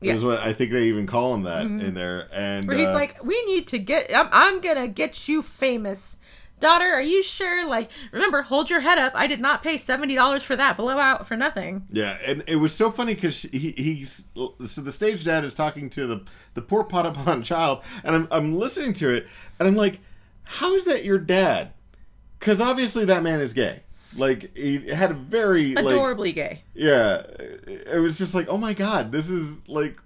Speaker 2: Is
Speaker 1: Yes. Mm-hmm.
Speaker 2: what I think they even call him that in there, and
Speaker 1: Where he's
Speaker 2: uh,
Speaker 1: like, we need to get. I'm, I'm gonna get you famous. Daughter, are you sure? Like, remember, hold your head up. I did not pay seventy dollars for that. Blow out for nothing.
Speaker 2: Yeah, and it was so funny because he he's so the stage dad is talking to the the poor pot upon child, and I'm I'm listening to it, and I'm like, how is that your dad? Because obviously that man is gay. Like he had a very like
Speaker 1: Adorably gay.
Speaker 2: yeah, it was just like oh my god, this is like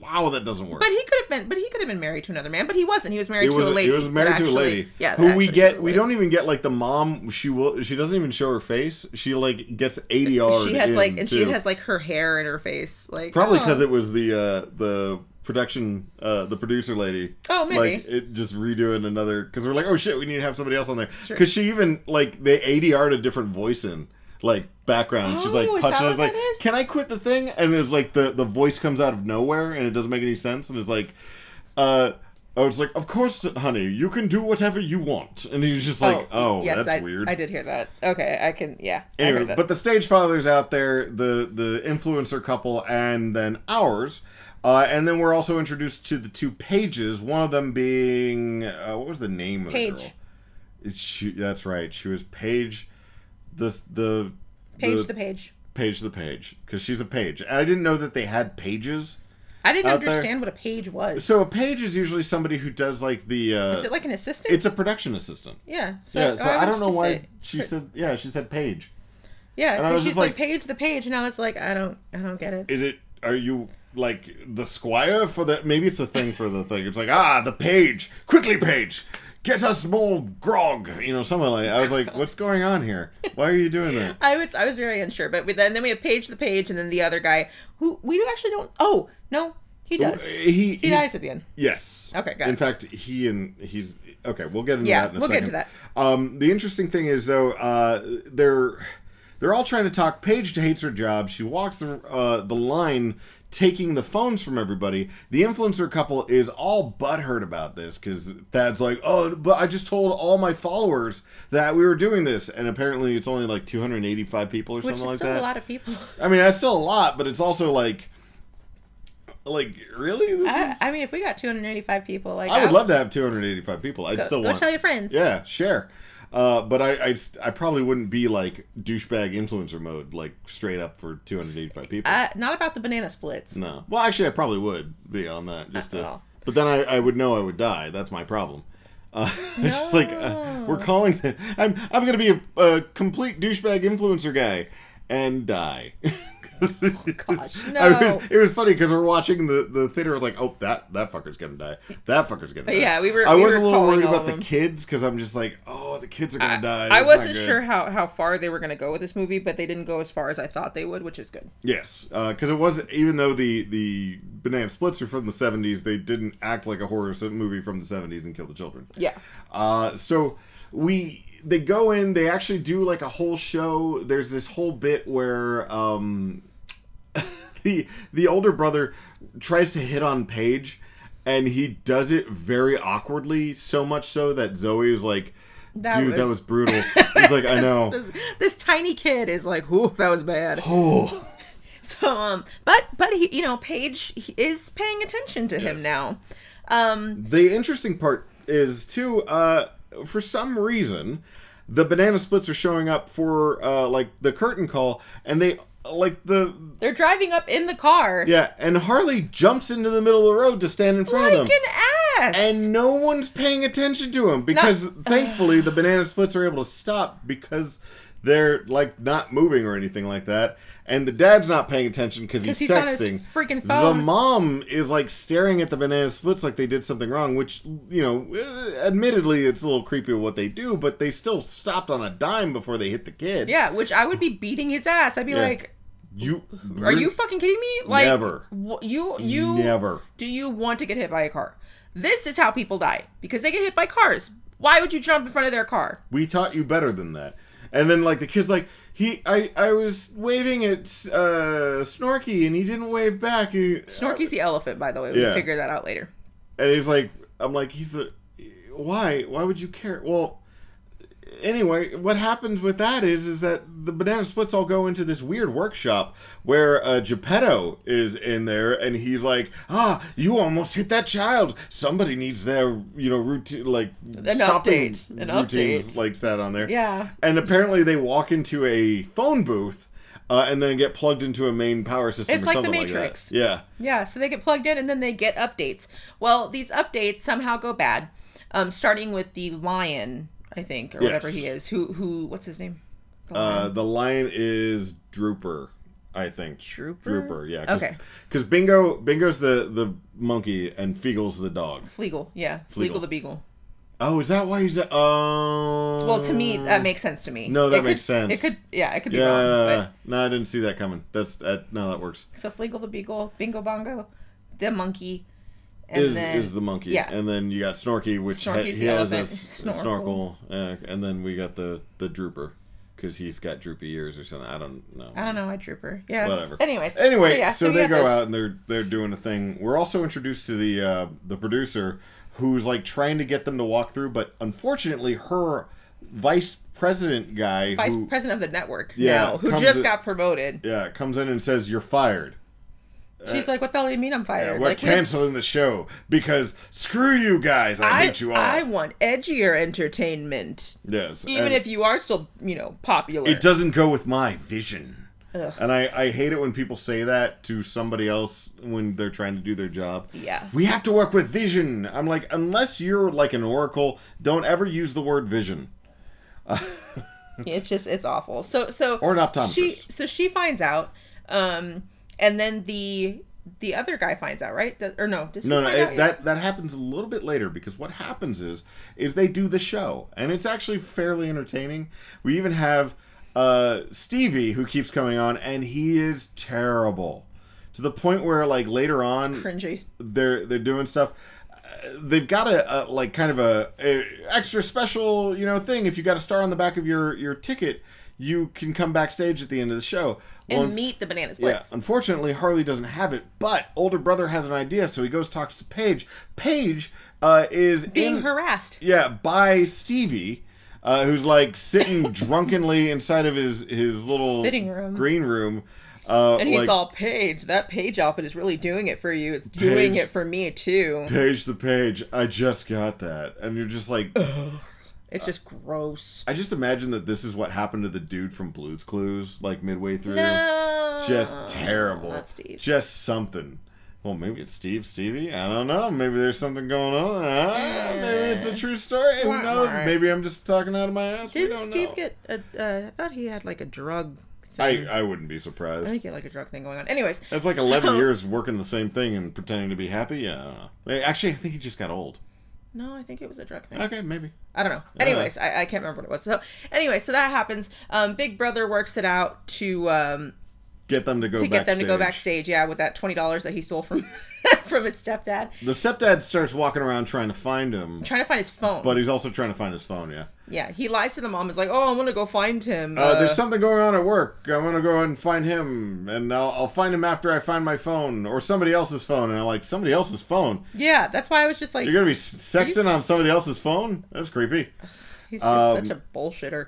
Speaker 2: wow that doesn't work.
Speaker 1: But he could have been. But he could have been married to another man. But he wasn't. He was married
Speaker 2: It was,
Speaker 1: to a lady.
Speaker 2: it was married
Speaker 1: that
Speaker 2: to a
Speaker 1: actually-
Speaker 2: lady.
Speaker 1: Yeah. that
Speaker 2: who
Speaker 1: actually
Speaker 2: we
Speaker 1: was
Speaker 2: get
Speaker 1: a
Speaker 2: we
Speaker 1: lady.
Speaker 2: don't even get like the mom she will she doesn't even show her face. She like gets ADR.
Speaker 1: She has like,
Speaker 2: in,
Speaker 1: and
Speaker 2: too.
Speaker 1: she has like her hair in her face, like
Speaker 2: Probably
Speaker 1: oh.
Speaker 2: because it was the uh, the production uh, the producer lady.
Speaker 1: Oh, maybe.
Speaker 2: Like it just redoing another because we're like, oh shit, we need to have somebody else on there. Because she even like they ADR'd a different voice in like background. She's like
Speaker 1: Oh, is that
Speaker 2: punching. I was
Speaker 1: what
Speaker 2: like,
Speaker 1: that is?
Speaker 2: can I quit the thing? And it's like the the voice comes out of nowhere and it doesn't make any sense. And it's like, uh. I was like, of course, honey, you can do whatever you want. And he was just like, oh,
Speaker 1: yes,
Speaker 2: that's
Speaker 1: I,
Speaker 2: weird
Speaker 1: I did hear that. Okay, I can. Yeah. I heard
Speaker 2: anyway,
Speaker 1: that.
Speaker 2: but the stage fathers out there, the the influencer couple, and then ours, uh, and then we're also introduced to the two pages. One of them being uh, what was the name of
Speaker 1: Paige.
Speaker 2: the girl? It's she, that's right. She was Paige, the the
Speaker 1: page the page.
Speaker 2: Paige the page because she's a page. And I didn't know that they had pages.
Speaker 1: I didn't
Speaker 2: out there-
Speaker 1: understand what a page was.
Speaker 2: So a page is usually somebody who does like the. Uh,
Speaker 1: is it like an assistant?
Speaker 2: it's a production assistant.
Speaker 1: yeah. So,
Speaker 2: Yeah, so
Speaker 1: why
Speaker 2: I
Speaker 1: would
Speaker 2: don't know
Speaker 1: you
Speaker 2: why
Speaker 1: say-
Speaker 2: she said. Yeah, she said Paige.
Speaker 1: Yeah,
Speaker 2: and I
Speaker 1: because
Speaker 2: was just
Speaker 1: she's like,
Speaker 2: like-
Speaker 1: page the page, and I was like, I don't, I don't get it.
Speaker 2: is it are you like the squire for the maybe it's a thing for the thing it's like ah the page quickly page get us more grog, you know, something like. I was like, what's going on here? Why are you doing that?
Speaker 1: I was I was very unsure, but we, then then we have Page the Page, and then the other guy who we actually don't. Oh no, he does.
Speaker 2: uh, He, he,
Speaker 1: He dies at the end.
Speaker 2: Yes.
Speaker 1: Okay, got
Speaker 2: In
Speaker 1: it.
Speaker 2: fact, he and he's okay. We'll get into
Speaker 1: Yeah,
Speaker 2: that. in a
Speaker 1: we'll get
Speaker 2: second.
Speaker 1: to that.
Speaker 2: Um, the interesting thing is though, uh, they're they're all trying to talk. Paige hates her job. She walks the uh, the line, taking the phones from everybody. The influencer couple is all butthurt about this because Thad's like, "Oh, but I just told all my followers that we were doing this, and apparently it's only like 285 people or
Speaker 1: Which is
Speaker 2: something like
Speaker 1: still a
Speaker 2: that."
Speaker 1: lot of people.
Speaker 2: I mean, that's still a lot, but it's also like, like really, this
Speaker 1: I,
Speaker 2: is.
Speaker 1: I mean, if we got 285 people, like
Speaker 2: I would love to have 285 people. I'd
Speaker 1: Go,
Speaker 2: still
Speaker 1: go
Speaker 2: want.
Speaker 1: tell your friends.
Speaker 2: Yeah, share. Uh, but I, I, s- I probably wouldn't be like douchebag influencer mode, like straight up for 285 people.
Speaker 1: Uh, not about the banana splits.
Speaker 2: no. Well, actually, I probably would be on that. Just to,
Speaker 1: Uh-oh.
Speaker 2: but then I, I would know I would die. That's my problem. Uh, it's just like uh, we're calling. The, I'm I'm gonna be a, a complete douchebag influencer guy and die.
Speaker 1: Gosh,
Speaker 2: I was,
Speaker 1: no.
Speaker 2: it was funny because we're watching the the theater. I was like, oh, that that fucker's gonna die. That fucker's gonna die.
Speaker 1: yeah, we were-
Speaker 2: I
Speaker 1: we
Speaker 2: was
Speaker 1: were
Speaker 2: a little
Speaker 1: calling
Speaker 2: worried
Speaker 1: all
Speaker 2: about
Speaker 1: of
Speaker 2: the
Speaker 1: them.
Speaker 2: kids because I'm just like, oh, the kids are gonna die.
Speaker 1: I
Speaker 2: That's not
Speaker 1: wasn't
Speaker 2: good.
Speaker 1: sure how, how far they were going to go with this movie, but they didn't go as far as I thought they would, which is good.
Speaker 2: Yes, because it wasn't. Even though the the banana splits are from the '70s, they didn't act like a horror s- movie from the '70s and kill the children.
Speaker 1: Yeah.
Speaker 2: Uh, so we they go in. They actually do like a whole show. There's this whole bit where um, the the older brother tries to hit on Paige, and he does it very awkwardly. So much so that Zoe is like,
Speaker 1: That
Speaker 2: "Dude,
Speaker 1: was-
Speaker 2: that was brutal." He's like, "I know."
Speaker 1: This, this tiny kid is like, "Ooh, that was bad." So, um, but but he, you know, Paige he is paying attention to him now. Um,
Speaker 2: The interesting part is too. Uh, for some reason, the banana splits are showing up for uh, like the curtain call, and they like the
Speaker 1: they're driving up in the car.
Speaker 2: yeah, and Harley jumps into the middle of the road to stand in front
Speaker 1: Like
Speaker 2: of them.
Speaker 1: an ass.
Speaker 2: And no one's paying attention to him because thankfully the banana splits are able to stop because they're like not moving or anything like that. And the dad's not paying attention because he's,
Speaker 1: 'Cause he's on his
Speaker 2: sexting.
Speaker 1: freaking
Speaker 2: The
Speaker 1: phone.
Speaker 2: mom is like staring at the banana splits like they did something wrong, which you know, eh, admittedly it's a little creepy what they do, but they still stopped on a dime before they hit the kid.
Speaker 1: yeah, which I would be beating his ass. I'd be like,
Speaker 2: you
Speaker 1: "Are you fucking kidding me?" Like,
Speaker 2: Never.
Speaker 1: wh- you you
Speaker 2: never?
Speaker 1: Do you want to get hit by a car? This is how people die because they get hit by cars. Why would you jump in front of their car?
Speaker 2: we taught you better than that and then like the kid's like he i i was waving at uh snorky and he didn't wave back He-
Speaker 1: Snorky's the elephant, by the way. We
Speaker 2: Uh, Yeah.
Speaker 1: figure that out later.
Speaker 2: and he's like i'm like he's the why why would you care well anyway what happens with that is is that the banana splits all go into this weird workshop where uh, geppetto is in there and he's like ah you almost hit that child somebody needs their you know routine like
Speaker 1: An
Speaker 2: stopping
Speaker 1: update. An
Speaker 2: routines
Speaker 1: update.
Speaker 2: like that on there
Speaker 1: Yeah.
Speaker 2: and apparently they walk into a phone booth uh, and then get plugged into a main power system
Speaker 1: It's
Speaker 2: or
Speaker 1: like The
Speaker 2: something
Speaker 1: Matrix.
Speaker 2: like that yeah
Speaker 1: Yeah, so they get plugged in and then they get updates. Well, these updates somehow go bad. Um, starting with the lion, I think, or whatever
Speaker 2: Yes.
Speaker 1: he is. Who who what's his name?
Speaker 2: Uh, the lion is Drooper, I think.
Speaker 1: Drooper?
Speaker 2: Drooper, yeah. Cause,
Speaker 1: Okay.
Speaker 2: Because Bingo, Bingo's the the monkey and Feagle's the dog.
Speaker 1: Fleagle, yeah. Fleagle,
Speaker 2: Fleagle.
Speaker 1: the Beagle.
Speaker 2: Oh, is that why he's? A, um.
Speaker 1: Well, to me, that makes sense to me.
Speaker 2: No, that
Speaker 1: It
Speaker 2: makes
Speaker 1: could-
Speaker 2: sense.
Speaker 1: It could, yeah, it could be
Speaker 2: Yeah.
Speaker 1: wrong.
Speaker 2: No, I didn't see that coming. That's that. No, that works.
Speaker 1: But, so Fleagle, the Beagle, Bingo Bongo, the monkey, and
Speaker 2: Is
Speaker 1: then
Speaker 2: is the monkey?
Speaker 1: yeah.
Speaker 2: And then you got Snorky, which ha-
Speaker 1: Snorky's
Speaker 2: he
Speaker 1: the
Speaker 2: has a,
Speaker 1: elephant.
Speaker 2: s-
Speaker 1: Snorkel.
Speaker 2: snorkel, uh, and then we got the the Drooper, because he's got droopy ears or something. I don't know.
Speaker 1: I don't know, I trooper. Yeah.
Speaker 2: whatever.
Speaker 1: Anyways.
Speaker 2: anyway, so,
Speaker 1: yeah, we
Speaker 2: they
Speaker 1: got
Speaker 2: go
Speaker 1: this.
Speaker 2: out and they're they're doing a thing. We're also introduced to the uh, the producer who's like trying to get them to walk through, but unfortunately, her vice president guy,
Speaker 1: Vice
Speaker 2: who,
Speaker 1: president of the network
Speaker 2: Yeah,
Speaker 1: now, who
Speaker 2: comes
Speaker 1: just
Speaker 2: in-
Speaker 1: got promoted.
Speaker 2: yeah, comes in and says, "You're fired."
Speaker 1: She's like, "What the hell do you mean I'm fired?
Speaker 2: We're
Speaker 1: like, we're-
Speaker 2: canceling the show because screw you guys. I, hate you all.
Speaker 1: I want edgier entertainment.
Speaker 2: yes,
Speaker 1: Even
Speaker 2: and-
Speaker 1: if you are still, you know, popular.
Speaker 2: It doesn't go with my vision. And I, I hate it when people say that to somebody else when they're trying to do their job.
Speaker 1: Yeah.
Speaker 2: We have to work with vision. I'm like, unless you're like an oracle, don't ever use the word vision.
Speaker 1: It's just it's awful. So so
Speaker 2: Or an optometrist.
Speaker 1: She so she finds out, um, and then the the other guy finds out, right? Does, or no? Does he
Speaker 2: No, no,
Speaker 1: find out yet?
Speaker 2: it, that that happens a little bit later because what happens is is they do the show and it's actually fairly entertaining. We even have uh, Stevie who keeps coming on and he is terrible to the point where like later on
Speaker 1: cringy.
Speaker 2: they're they're doing stuff. Uh, They've got a, a like kind of a, a extra special you know thing. If you got a star on the back of your your ticket, you can come backstage at the end of the show
Speaker 1: and
Speaker 2: Well,
Speaker 1: meet the banana splits.
Speaker 2: yeah, unfortunately, Harley doesn't have it, but older brother has an idea, so he goes talks to Paige. Paige uh, is
Speaker 1: Being
Speaker 2: in-
Speaker 1: harassed.
Speaker 2: Yeah, by Stevie, uh, who's like sitting drunkenly inside of his his little
Speaker 1: Fitting room.
Speaker 2: green room. Uh,
Speaker 1: And he's
Speaker 2: like,
Speaker 1: all, Paige, that Paige outfit is really doing it for you. It's doing
Speaker 2: Paige.
Speaker 1: it for me, too.
Speaker 2: Paige the Page. I just got that, and you're just like,
Speaker 1: It's just gross.
Speaker 2: I just imagine that this is what happened to the dude from Blue's Clues, like midway through.
Speaker 1: No.
Speaker 2: just terrible.
Speaker 1: not Steve.
Speaker 2: Just something. Well, maybe it's Steve Stevie. I don't know. Maybe there's something going on. Ah, maybe it's a true story. Who
Speaker 1: Wah,
Speaker 2: knows?
Speaker 1: wah.
Speaker 2: Maybe I'm just talking out of my ass. we
Speaker 1: Didn't
Speaker 2: don't
Speaker 1: Steve
Speaker 2: know.
Speaker 1: get a. Uh, I thought he had like a drug
Speaker 2: I,
Speaker 1: thing. I,
Speaker 2: I wouldn't be surprised.
Speaker 1: think he had like a drug thing going on. Anyways.
Speaker 2: That's like 11
Speaker 1: so-
Speaker 2: years working the same thing and pretending to be happy. Yeah, I don't know. Wait, Actually, I think he just got old.
Speaker 1: No, I think it was a drug thing.
Speaker 2: Okay, maybe.
Speaker 1: I don't know. Anyways, I, I can't remember what it was. So, anyway, so that happens. Um, Big Brother works it out to um,
Speaker 2: Get them to go
Speaker 1: to get them to go
Speaker 2: backstage.
Speaker 1: backstage. Yeah, with that twenty dollars that he stole from from his stepdad,
Speaker 2: The stepdad starts walking around trying to find him,
Speaker 1: trying to find his phone.
Speaker 2: but he's also trying to find his phone, yeah.
Speaker 1: yeah, he lies to the mom. Is like, oh, I'm gonna go find him.
Speaker 2: Uh, there's something going on at work. I'm gonna go and find him, and I'll, I'll find him after I find my phone or somebody else's phone. And I'm like, somebody else's phone?
Speaker 1: yeah, that's why I was just like,
Speaker 2: You're gonna be s- sexting on somebody else's phone? That's creepy.
Speaker 1: he's just such
Speaker 2: um,
Speaker 1: a bullshitter.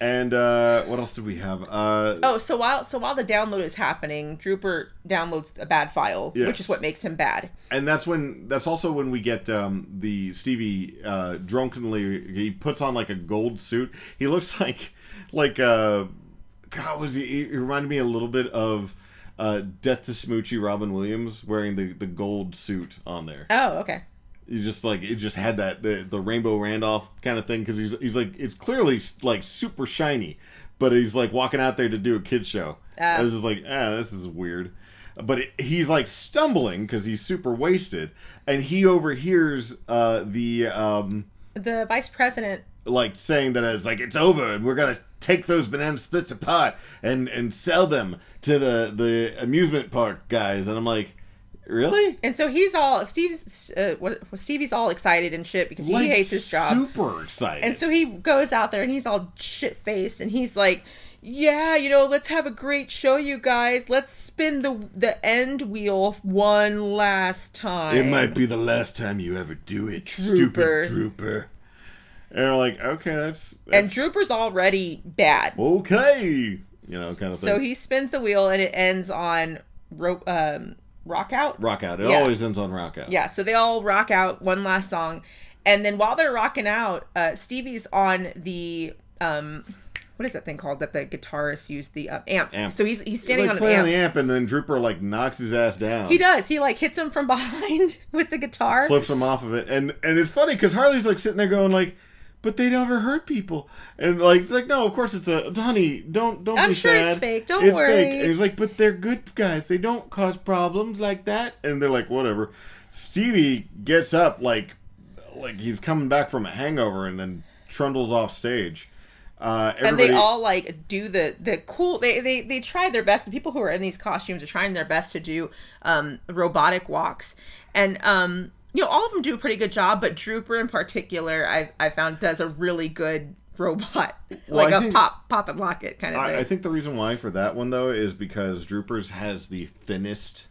Speaker 2: And uh, what else did we have? Uh,
Speaker 1: Oh, so while so while the download is happening, Drooper downloads a bad file, which
Speaker 2: Yes.
Speaker 1: is what makes him bad.
Speaker 2: and that's when that's also when we get um, the Stevie uh, drunkenly he puts on like a gold suit. He looks like like uh, God was he, he reminded me a little bit of uh, Death to Smoochie Robin Williams wearing the the gold suit on there.
Speaker 1: Oh, okay.
Speaker 2: you just like it just had that the, the rainbow randolph kind of thing because he's he's like it's clearly like super shiny but he's like walking out there to do a kid show i was just like ah this is weird but it, he's like stumbling because he's super wasted and he overhears uh the um
Speaker 1: The vice president.
Speaker 2: like saying that it's like it's over and we're gonna take those banana splits apart and and sell them to the the amusement park guys and i'm like really
Speaker 1: And so he's all Steve's. Uh, what Stevie's all excited and shit because he
Speaker 2: Like,
Speaker 1: hates his job.
Speaker 2: super excited
Speaker 1: And so he goes out there and he's all shit faced and he's like, "Yeah, you know, let's have a great show, you guys. Let's spin the the end wheel one last time."
Speaker 2: It might be the last time you ever do it,
Speaker 1: Drooper.
Speaker 2: stupid trooper. And they're like, okay, that's,
Speaker 1: and
Speaker 2: that's
Speaker 1: Drooper's already bad,
Speaker 2: okay, you know, kind of thing.
Speaker 1: so he spins the wheel and it ends on rope um, rock out.
Speaker 2: rock out. It
Speaker 1: Yeah.
Speaker 2: always ends on rock out.
Speaker 1: Yeah, so they all rock out one last song, and then while they're rocking out, uh, Stevie's on the um, what is that thing called that the guitarists use the uh, amp.
Speaker 2: Amp.
Speaker 1: So he's he's
Speaker 2: He's
Speaker 1: standing
Speaker 2: like
Speaker 1: on an
Speaker 2: playing
Speaker 1: amp.
Speaker 2: on the amp, and then Drooper like knocks his ass down.
Speaker 1: He does. He like hits him from behind with the guitar.
Speaker 2: flips him off of it, and and it's funny because Harley's like sitting there going like, but they never hurt people, and like it's like no, of course it's a honey, don't don't
Speaker 1: I'm
Speaker 2: be
Speaker 1: sure
Speaker 2: sad.
Speaker 1: it's fake, don't
Speaker 2: it's
Speaker 1: worry.
Speaker 2: fake. And he's like, but they're good guys. They don't cause problems like that. And they're like, whatever. Stevie gets up like like he's coming back from a hangover, and then trundles off stage. Uh,
Speaker 1: And they
Speaker 2: everybody-
Speaker 1: all like do the the cool. They they they try their best. The people who are in these costumes are trying their best to do um robotic walks, and um you know all of them do a pretty good job. But Drooper in particular, I I found does a really good robot,
Speaker 2: Well,
Speaker 1: like
Speaker 2: I
Speaker 1: a
Speaker 2: think-
Speaker 1: pop pop and lock it kind of
Speaker 2: I,
Speaker 1: thing.
Speaker 2: I think the reason why for that one though is because Droopers has the thinnest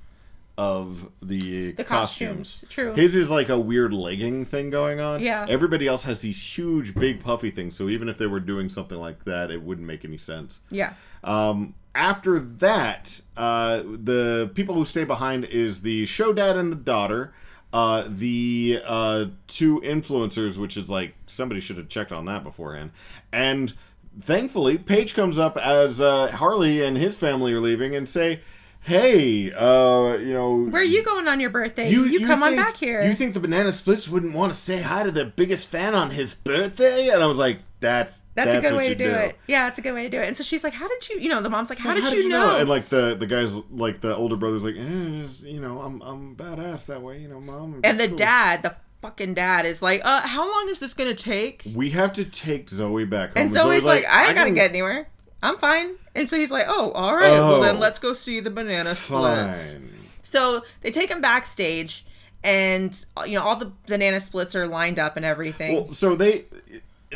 Speaker 2: of the,
Speaker 1: The
Speaker 2: costumes.
Speaker 1: costumes, true.
Speaker 2: His is like a weird legging thing going on.
Speaker 1: Yeah.
Speaker 2: Everybody else has these huge, big, puffy things. So even if they were doing something like that, it wouldn't make any sense.
Speaker 1: yeah.
Speaker 2: Um, after that, uh, the people who stay behind is the show dad and the daughter. Uh, the uh, two influencers, which is like somebody should have checked on that beforehand. And thankfully, Paige comes up as uh, Harley and his family are leaving and say, hey, uh, you know,
Speaker 1: Where are you going on your birthday? You, come on
Speaker 2: think,
Speaker 1: back here.
Speaker 2: You think the Banana Splits wouldn't want to say hi to their biggest fan on his birthday? And I was like, that's
Speaker 1: that's, a good
Speaker 2: what
Speaker 1: way to
Speaker 2: you
Speaker 1: do, it. Yeah, that's a good way to do it. And so she's like, "How did you? You know, the mom's like, "How,
Speaker 2: Like,
Speaker 1: did, you know?"
Speaker 2: And like the the guys, like the older brother's, like, eh, just, you know, I'm I'm badass that way, you know, mom.
Speaker 1: and
Speaker 2: it's
Speaker 1: the
Speaker 2: cool."
Speaker 1: dad, the fucking dad, is like, "Uh, how long is this gonna take?"
Speaker 2: We have to take Zoe back home.
Speaker 1: And Zoe's like, "I ain't gotta
Speaker 2: can-
Speaker 1: get anywhere. I'm fine." And so he's like, "Oh, all right. well,
Speaker 2: Oh.
Speaker 1: then let's go see the banana splits."
Speaker 2: fine."
Speaker 1: So they take him backstage, and you know all the banana splits are lined up and everything.
Speaker 2: Well, so they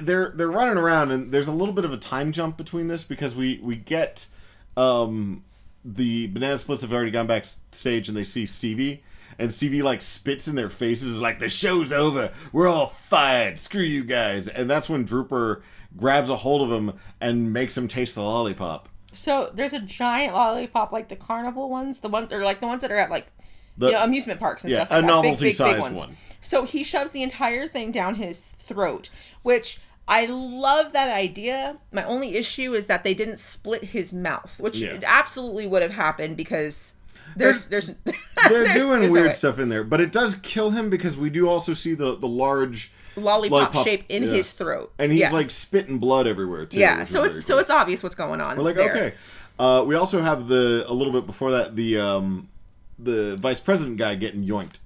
Speaker 2: they're they're running around, and there's a little bit of a time jump between this because we we get um the banana splits have already gone backstage, and they see Stevie. And Stevie like spits in their faces like the show's over. We're all fired. Screw you guys. And that's when Drooper grabs a hold of him and makes him taste the lollipop.
Speaker 1: so there's a giant lollipop, like the carnival ones, the ones or like the ones that are at like
Speaker 2: The-
Speaker 1: you know, amusement parks and
Speaker 2: yeah,
Speaker 1: stuff. Like
Speaker 2: a
Speaker 1: that. Big,
Speaker 2: novelty
Speaker 1: big, big
Speaker 2: sized
Speaker 1: ones.
Speaker 2: one.
Speaker 1: So he shoves the entire thing down his throat, which I love that idea. My only issue is that they didn't split his mouth, which
Speaker 2: Yeah.
Speaker 1: absolutely would have happened because there's there's they're
Speaker 2: They're doing weird stuff in there, but it does kill him because we do also see the the large
Speaker 1: Lollipop, shape in
Speaker 2: yeah.
Speaker 1: his throat,
Speaker 2: and he's
Speaker 1: Yeah.
Speaker 2: like spitting blood everywhere too.
Speaker 1: yeah.
Speaker 2: which is
Speaker 1: So
Speaker 2: very
Speaker 1: it's so
Speaker 2: cool.
Speaker 1: it's obvious what's going on.
Speaker 2: We're like
Speaker 1: there.
Speaker 2: okay. Uh, we also have the a little bit before that the um, the vice president guy getting yoinked.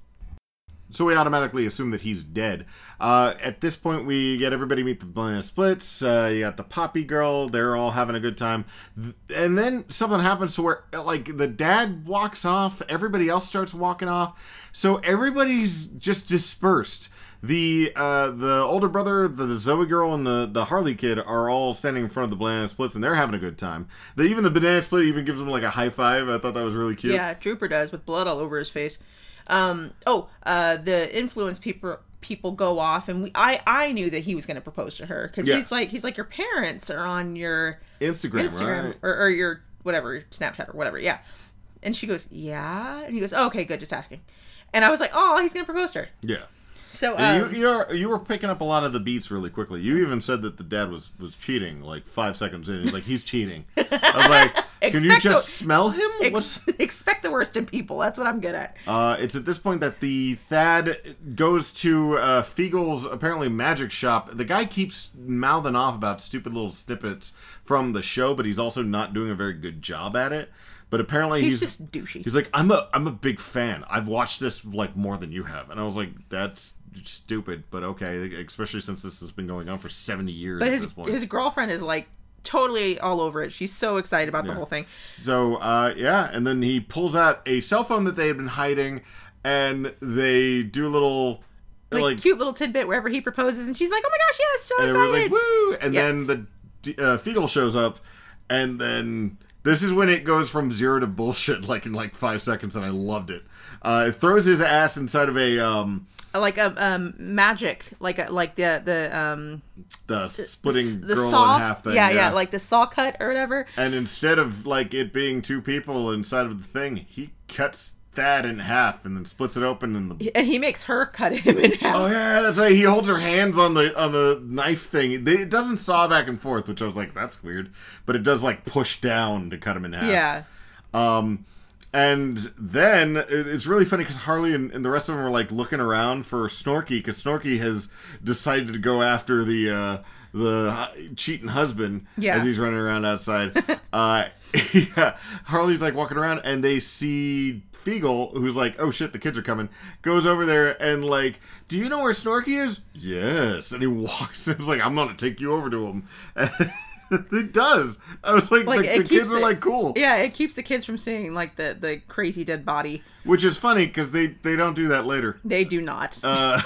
Speaker 2: So we automatically assume that he's dead. Uh, at this point, we get everybody meet the Banana Splits. Uh, you got the Poppy Girl. They're all having a good time. Th- And then something happens to where, like, the dad walks off. Everybody else starts walking off. So everybody's just dispersed. The uh, the older brother, the, the Zoe girl, and the, the Harley kid are all standing in front of the Banana Splits, and they're having a good time. They, even the Banana Split even gives them like a high five. I thought that was really cute.
Speaker 1: Yeah, Drooper does with blood all over his face. Um, oh, uh, the influence people people go off, and we I I knew that he was going to propose to her because
Speaker 2: Yeah.
Speaker 1: he's like he's like your parents are on your
Speaker 2: Instagram,
Speaker 1: Instagram
Speaker 2: right?
Speaker 1: or, or your whatever Snapchat or whatever, yeah. And she goes, yeah, and he goes, oh, okay, good, just asking. And I was like, oh, he's going to propose to her.
Speaker 2: yeah.
Speaker 1: So
Speaker 2: Yeah,
Speaker 1: um,
Speaker 2: you you're, you were picking up a lot of the beats really quickly. You even said that the dad was was cheating like five seconds in. He's like, he's cheating. I was like, can you
Speaker 1: Expecto-
Speaker 2: just smell him? What's-
Speaker 1: ex- expect the worst in people. That's what I'm good at.
Speaker 2: Uh, it's at this point that the Thad goes to uh, Fiegel's apparently magic shop. The guy keeps mouthing off about stupid little snippets from the show, but he's also not doing a very good job at it. But apparently
Speaker 1: He's
Speaker 2: he's,
Speaker 1: just douchey.
Speaker 2: He's like, I'm a I'm a big fan. I've watched this like more than you have, and I was like, that's stupid, but okay. Especially since this has been going on for seventy years
Speaker 1: But
Speaker 2: at
Speaker 1: his
Speaker 2: this point.
Speaker 1: his girlfriend is like totally all over it. She's so excited about the whole thing.
Speaker 2: So uh, yeah, and then he pulls out a cell phone that they had been hiding, and they do a little
Speaker 1: like, cute little tidbit wherever he proposes, and she's like, "Oh my gosh, yes, so
Speaker 2: and everyone's like
Speaker 1: excited!"
Speaker 2: woo, and
Speaker 1: Yeah.
Speaker 2: then the D- uh, Fiegel shows up, and then this is when it goes from zero to bullshit like in like five seconds, and I loved it. Uh, it throws his ass inside of a um
Speaker 1: like a um, magic, like a, like the the um
Speaker 2: the splitting
Speaker 1: the
Speaker 2: girl
Speaker 1: saw,
Speaker 2: in half thing,
Speaker 1: yeah, yeah, like the saw cut or whatever.
Speaker 2: and instead of like it being two people inside of the thing, he cuts that in half and then splits it open and the
Speaker 1: And he makes her cut him in half.
Speaker 2: Oh yeah, that's right. He holds her hands on the on the knife thing. They- It doesn't saw back and forth, which I was like, that's weird. But it does like push down to cut him in half.
Speaker 1: Yeah.
Speaker 2: Um, and then it, it's really funny because Harley and, and the rest of them are like looking around for Snorky because Snorky has decided to go after the uh, the hu- cheating husband
Speaker 1: Yeah.
Speaker 2: as he's running around outside. uh, yeah, Harley's like walking around and they see Fiegel, who's like, "Oh shit, the kids are coming." Goes over there and like, "Do you know where Snorky is?" Yes, and he walks. And he's like, "I'm gonna take you over to him." And it does. I was like,
Speaker 1: Like,
Speaker 2: the,
Speaker 1: it
Speaker 2: the
Speaker 1: keeps
Speaker 2: kids are
Speaker 1: it-
Speaker 2: like, "Cool."
Speaker 1: Yeah, it keeps the kids from seeing like the the crazy dead body.
Speaker 2: Which is funny because they they don't do that later,
Speaker 1: They do not.
Speaker 2: uh,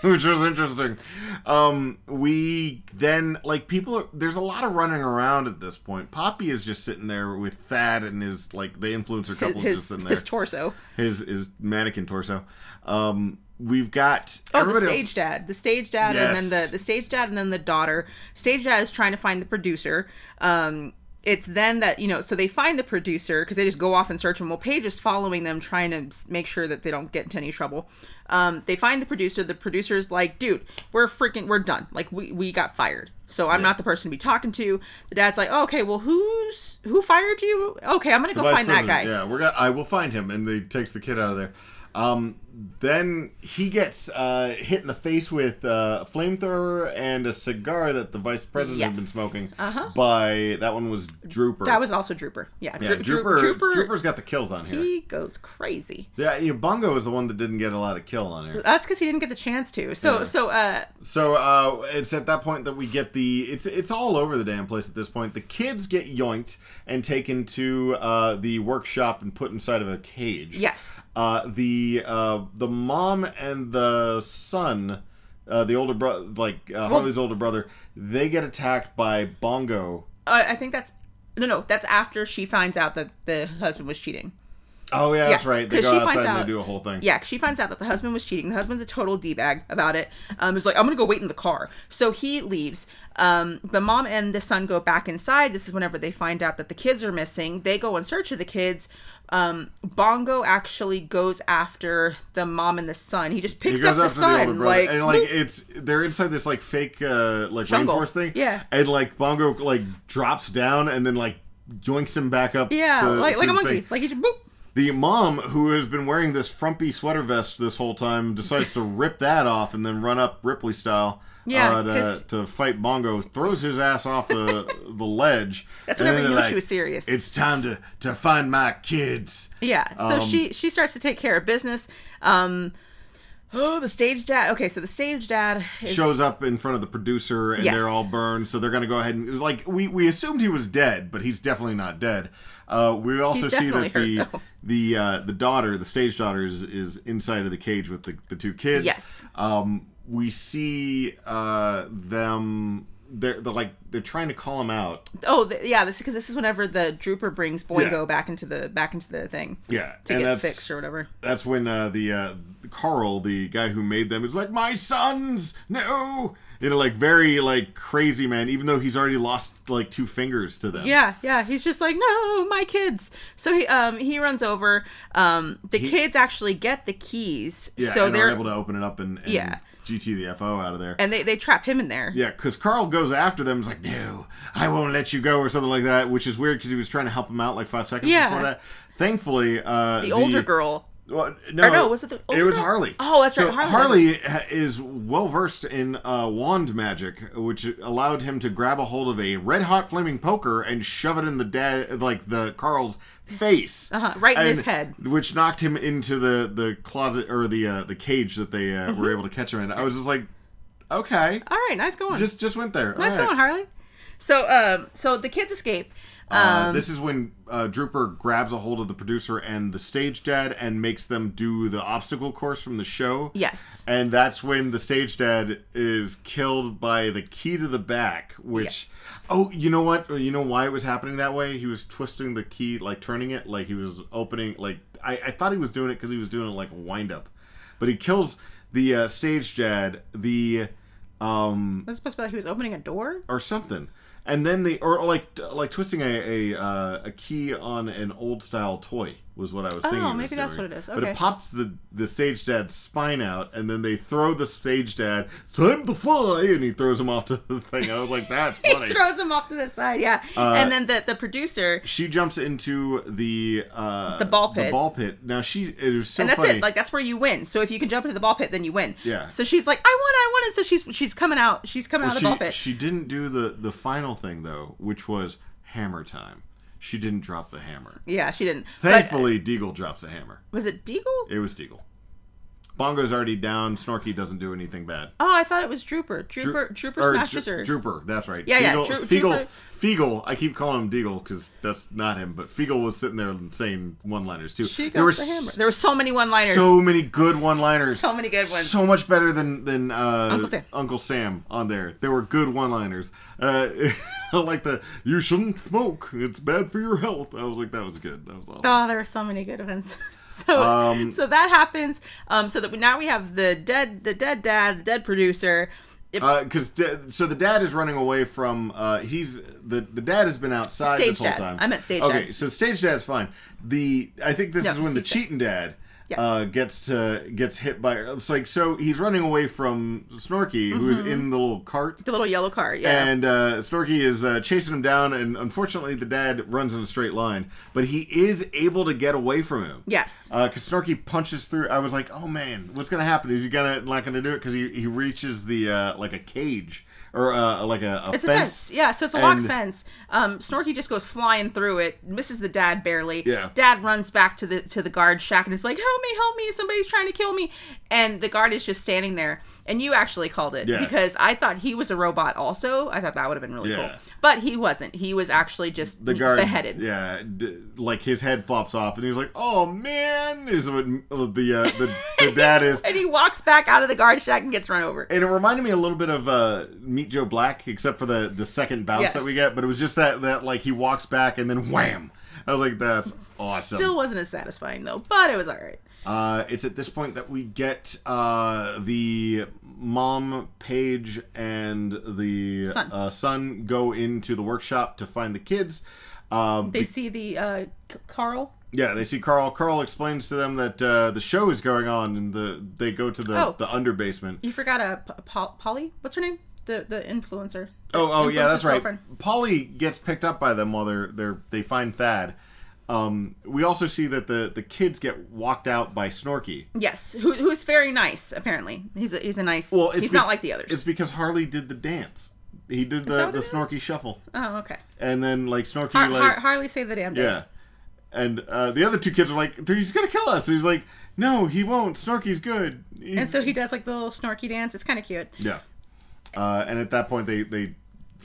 Speaker 2: which was interesting. Um, we then like people. Are, there's a lot of running around at this point. Poppy is just sitting there with Thad and his like the influencer couple is
Speaker 1: his
Speaker 2: just sitting there.
Speaker 1: his torso.
Speaker 2: his his mannequin torso. Um, we've got
Speaker 1: Oh, the
Speaker 2: everybody
Speaker 1: stage
Speaker 2: else.
Speaker 1: dad, the stage dad, and then
Speaker 2: Yes.
Speaker 1: the the stage dad, and then the daughter. Stage dad is trying to find the producer. Um, it's then that you know so they find the producer because they just go off and search him well paige is following them trying to s- make sure that they don't get into any trouble um, they find the producer the producer's like dude we're freaking we're done like we, we got fired so i'm not the person to be talking to the dad's like oh, okay well who's who fired you okay i'm gonna go
Speaker 2: Vice
Speaker 1: find that guy
Speaker 2: President, Yeah, we're gonna. I will find him, and they takes the kid out of there. Um, then he gets uh, hit in the face with uh, a flamethrower and a cigar that the vice president had been
Speaker 1: Yes. Uh-huh.
Speaker 2: smoking. By that one was Drooper.
Speaker 1: that was also drooper yeah,
Speaker 2: yeah,
Speaker 1: Dro-
Speaker 2: Drooper,
Speaker 1: Dro- Drooper-
Speaker 2: Drooper's got the kills on here.
Speaker 1: he goes crazy
Speaker 2: yeah, yeah, Bongo is the one that didn't get a lot of kill on here.
Speaker 1: that's because he didn't get the chance to so so uh
Speaker 2: So uh, it's at that point that we get the it's it's all over the damn place at this point. The kids get yoinked and taken to uh, the workshop and put inside of a cage.
Speaker 1: yes
Speaker 2: uh, the uh, the mom and the son, uh, the older brother, like uh, Harley's older brother, they get attacked by Bongo.
Speaker 1: uh, i think that's no no that's after she finds out that the husband was cheating
Speaker 2: Oh yeah, that's
Speaker 1: Yeah,
Speaker 2: right. They
Speaker 1: 'cause
Speaker 2: go
Speaker 1: she
Speaker 2: outside
Speaker 1: finds
Speaker 2: and they
Speaker 1: out-
Speaker 2: do a whole thing.
Speaker 1: Yeah, she finds out that the husband was cheating. The husband's a total d bag about it. Um, is like, I'm gonna go wait in the car. So he leaves. Um, the mom and the son go back inside. This is whenever they find out that the kids are missing. They go in search of the kids. Um, Bongo actually goes after the mom and the son. He just
Speaker 2: He
Speaker 1: picks up
Speaker 2: goes
Speaker 1: the
Speaker 2: after the older
Speaker 1: son,
Speaker 2: brother,
Speaker 1: like,
Speaker 2: and like
Speaker 1: whoop.
Speaker 2: it's they're inside this like fake uh like
Speaker 1: Jungle.
Speaker 2: rainforest thing.
Speaker 1: Yeah.
Speaker 2: and like Bongo like drops down and then like joinks him back up.
Speaker 1: yeah,
Speaker 2: to-
Speaker 1: like like
Speaker 2: to
Speaker 1: a
Speaker 2: the
Speaker 1: monkey,
Speaker 2: thing.
Speaker 1: like he just boop.
Speaker 2: The mom, who has been wearing this frumpy sweater vest this whole time, decides to rip that off and then run up Ripley style
Speaker 1: Yeah,
Speaker 2: uh, to,
Speaker 1: 'cause-
Speaker 2: to fight Bongo. Throws his ass off the, the ledge.
Speaker 1: That's
Speaker 2: and then
Speaker 1: whenever you
Speaker 2: they're
Speaker 1: knew she was serious.
Speaker 2: It's time to, to find my kids.
Speaker 1: Yeah. So
Speaker 2: Um,
Speaker 1: she she starts to take care of business. Um, oh, the stage dad. Okay, so the stage dad is,
Speaker 2: Shows up in front of the producer and
Speaker 1: Yes.
Speaker 2: they're all burned, so they're going to go ahead and. it was Like, we, we assumed he was dead, but he's definitely not dead. Uh, we also
Speaker 1: He's
Speaker 2: see
Speaker 1: definitely
Speaker 2: that the.
Speaker 1: hurt, though.
Speaker 2: The uh, the daughter, the stage daughter, is, is inside of the cage with the, the two kids.
Speaker 1: Yes.
Speaker 2: um, we see uh, them. They're, they're like they're trying to call him out.
Speaker 1: Oh, th- yeah. This because this is whenever the Drooper brings Boingo
Speaker 2: Yeah.
Speaker 1: back into the back into the thing.
Speaker 2: Yeah,
Speaker 1: To
Speaker 2: and
Speaker 1: get
Speaker 2: that's-
Speaker 1: fixed or whatever.
Speaker 2: That's when uh, the uh, Carl, the guy who made them, is like, "My sons, no!" You know, like very like crazy man. Even though he's already lost like two fingers to them.
Speaker 1: Yeah, yeah. He's just like, no, my kids. So he um he runs over. Um, the kids actually get the keys.
Speaker 2: yeah.
Speaker 1: so
Speaker 2: and
Speaker 1: they're
Speaker 2: are able to open it up and, and
Speaker 1: Yeah.
Speaker 2: GT the FO out of there.
Speaker 1: and they they trap him in there.
Speaker 2: Yeah, because Carl goes after them. He's like, "No, I won't let you go," or something like that, which is weird because he was trying to help him out like five seconds
Speaker 1: Yeah.
Speaker 2: before that. Thankfully, uh,
Speaker 1: The older girl.
Speaker 2: Well, no,
Speaker 1: no, was it the older
Speaker 2: was
Speaker 1: girl?
Speaker 2: Harley.
Speaker 1: Oh, that's
Speaker 2: So
Speaker 1: right, Harley.
Speaker 2: Harley ha- is well versed in uh, wand magic, which allowed him to grab a hold of a red hot flaming poker and shove it in the dad, like the Carl's face,
Speaker 1: Uh-huh, right in his
Speaker 2: And-
Speaker 1: head.
Speaker 2: which knocked him into the the closet or the uh, the cage that they uh,
Speaker 1: Mm-hmm.
Speaker 2: were able to catch him in. I was just like, okay,
Speaker 1: All right, nice going.
Speaker 2: just just went there.
Speaker 1: Oh. nice
Speaker 2: All right.
Speaker 1: going, Harley. So um so the kids escape.
Speaker 2: Uh, this is when uh, Drooper grabs a hold of the producer and the stage dad and makes them do the obstacle course from the show.
Speaker 1: Yes.
Speaker 2: And that's when the stage dad is killed by the key to the back, which. Oh, you know what? You know why it was happening that way? He was twisting the key, like turning it, like he was opening. Like I, I thought he was doing it because he was doing it like a wind up, but he kills the uh, stage dad, the um,
Speaker 1: Was it supposed to be like he was opening a door?
Speaker 2: or something. And then the or like like twisting a a, uh, a key on an old style toy was what I was thinking. it was
Speaker 1: Oh, maybe that's
Speaker 2: doing.
Speaker 1: what it is.
Speaker 2: But it
Speaker 1: Okay.
Speaker 2: pops the the stage dad's spine out, and then they throw the stage dad time to fly, and he throws him off to the thing. I was like, that's funny. Uh,
Speaker 1: He throws him off to the side, yeah. and then the the producer
Speaker 2: she jumps into the uh,
Speaker 1: The ball
Speaker 2: The
Speaker 1: pit.
Speaker 2: ball pit. Now she it was so
Speaker 1: and that's
Speaker 2: funny.
Speaker 1: it. Like that's where you win. So if you can jump into the ball pit, then you win.
Speaker 2: Yeah.
Speaker 1: So she's like, I won, I won, and so she's she's coming out. She's coming out of the
Speaker 2: Well,
Speaker 1: ball pit.
Speaker 2: she, she didn't do the the final thing though, which was hammer time. She didn't drop the hammer.
Speaker 1: yeah, she didn't.
Speaker 2: Thankfully, Deagle drops the hammer.
Speaker 1: but, was it Deagle?
Speaker 2: It was Deagle. Bongo's already down. Snorky doesn't do anything bad.
Speaker 1: oh, I thought it was Drooper.
Speaker 2: Dro-
Speaker 1: Drooper. Drooper
Speaker 2: or
Speaker 1: smashes
Speaker 2: Dro-
Speaker 1: her.
Speaker 2: Drooper, that's right.
Speaker 1: Yeah, yeah,
Speaker 2: Feagle,
Speaker 1: Dro-
Speaker 2: Feagle,
Speaker 1: Drooper.
Speaker 2: Feagle. I keep calling him Deagle because that's not him, but Feagle was sitting there saying one-liners too.
Speaker 1: she got
Speaker 2: there were
Speaker 1: the hammer.
Speaker 2: s-
Speaker 1: There were so many one-liners.
Speaker 2: so many good one-liners.
Speaker 1: So many good ones.
Speaker 2: So much better than than uh,
Speaker 1: Uncle Sam.
Speaker 2: Uncle Sam on there. There were good one-liners. Uh, like the "You shouldn't smoke; it's bad for your health." I was like, that was good. That was awesome.
Speaker 1: Oh, there are so many good ones. so Um, so that happens. Um, so that we, now we have the dead the dead dad, the dead producer,
Speaker 2: Because Uh, da- so the dad is running away from. Uh, he's the the dad has been outside
Speaker 1: Stage
Speaker 2: this whole
Speaker 1: dad.
Speaker 2: time.
Speaker 1: I meant stage
Speaker 2: Okay,
Speaker 1: dad.
Speaker 2: so stage dad's fine. The I think this
Speaker 1: No,
Speaker 2: is when the
Speaker 1: he's dead.
Speaker 2: cheating dad
Speaker 1: Yeah.
Speaker 2: uh, gets to gets hit by. It's like so he's running away from Snorky, who's
Speaker 1: Mm-hmm.
Speaker 2: in the little cart.
Speaker 1: The little yellow car, yeah.
Speaker 2: And uh, Snorky is uh, chasing him down, and unfortunately, the dad runs in a straight line, but he is able to get away from him.
Speaker 1: Yes.
Speaker 2: Because Snorky punches through. I was like, oh man, what's gonna happen? Is he gonna not gonna do it? Because he, he reaches the uh, like a cage or uh, like a,
Speaker 1: It's a fence. Yeah, so it's a lock
Speaker 2: And-
Speaker 1: fence. Um, Snorky just goes flying through it, misses the dad barely.
Speaker 2: Yeah.
Speaker 1: Dad runs back to the to the guard shack and is like, "Help me, help me! Somebody's trying to kill me!" And the guard is just standing there. And you actually called it
Speaker 2: Yeah.
Speaker 1: because I thought he was a robot. Also, I thought that would have been really
Speaker 2: Yeah.
Speaker 1: cool, but he wasn't. He was actually just
Speaker 2: The guard,
Speaker 1: beheaded.
Speaker 2: yeah, d- like his head flops off, and he's like, "Oh man!" Is what the uh, the, the dad is,
Speaker 1: And he walks back out of the guard shack and gets run over.
Speaker 2: And it reminded me a little bit of uh, Meet Joe Black, except for the the second bounce
Speaker 1: Yes.
Speaker 2: that we get. But it was just that that like he walks back and then wham. I was like, that's awesome.
Speaker 1: Still wasn't as satisfying though, but it was all right.
Speaker 2: uh, it's at this point that we get uh, the mom, Paige, and the
Speaker 1: Son.
Speaker 2: Uh, son go into the workshop to find the kids. Um,
Speaker 1: They see the uh, C- Carl.
Speaker 2: yeah, they see Carl. Carl explains to them that uh, the show is going on, and the they go to the
Speaker 1: Oh.
Speaker 2: the under basement.
Speaker 1: You forgot a P- Pol- Polly. What's her name? The the influencer.
Speaker 2: Oh, oh yeah, that's
Speaker 1: Influencer's
Speaker 2: right.
Speaker 1: girlfriend.
Speaker 2: Polly gets picked up by them while they're they're they find Thad. Um, we also see that the the kids get walked out by Snorky.
Speaker 1: Yes, who, who's very nice. Apparently, he's a, he's a nice. Well, he's
Speaker 2: be-
Speaker 1: not like the others.
Speaker 2: It's because Harley did the dance. He did
Speaker 1: that
Speaker 2: the
Speaker 1: what
Speaker 2: the
Speaker 1: it is?
Speaker 2: Snorky shuffle,
Speaker 1: oh, okay.
Speaker 2: and then like Snorky
Speaker 1: Har-
Speaker 2: like
Speaker 1: Har- Harley say the damn. Day.
Speaker 2: yeah, and uh, the other two kids are like, "Dude, he's gonna kill us. And he's like, no, he won't. Snorky's good. He-
Speaker 1: And so he does like the little snorky dance. It's kind of cute.
Speaker 2: yeah, uh, and at that point they they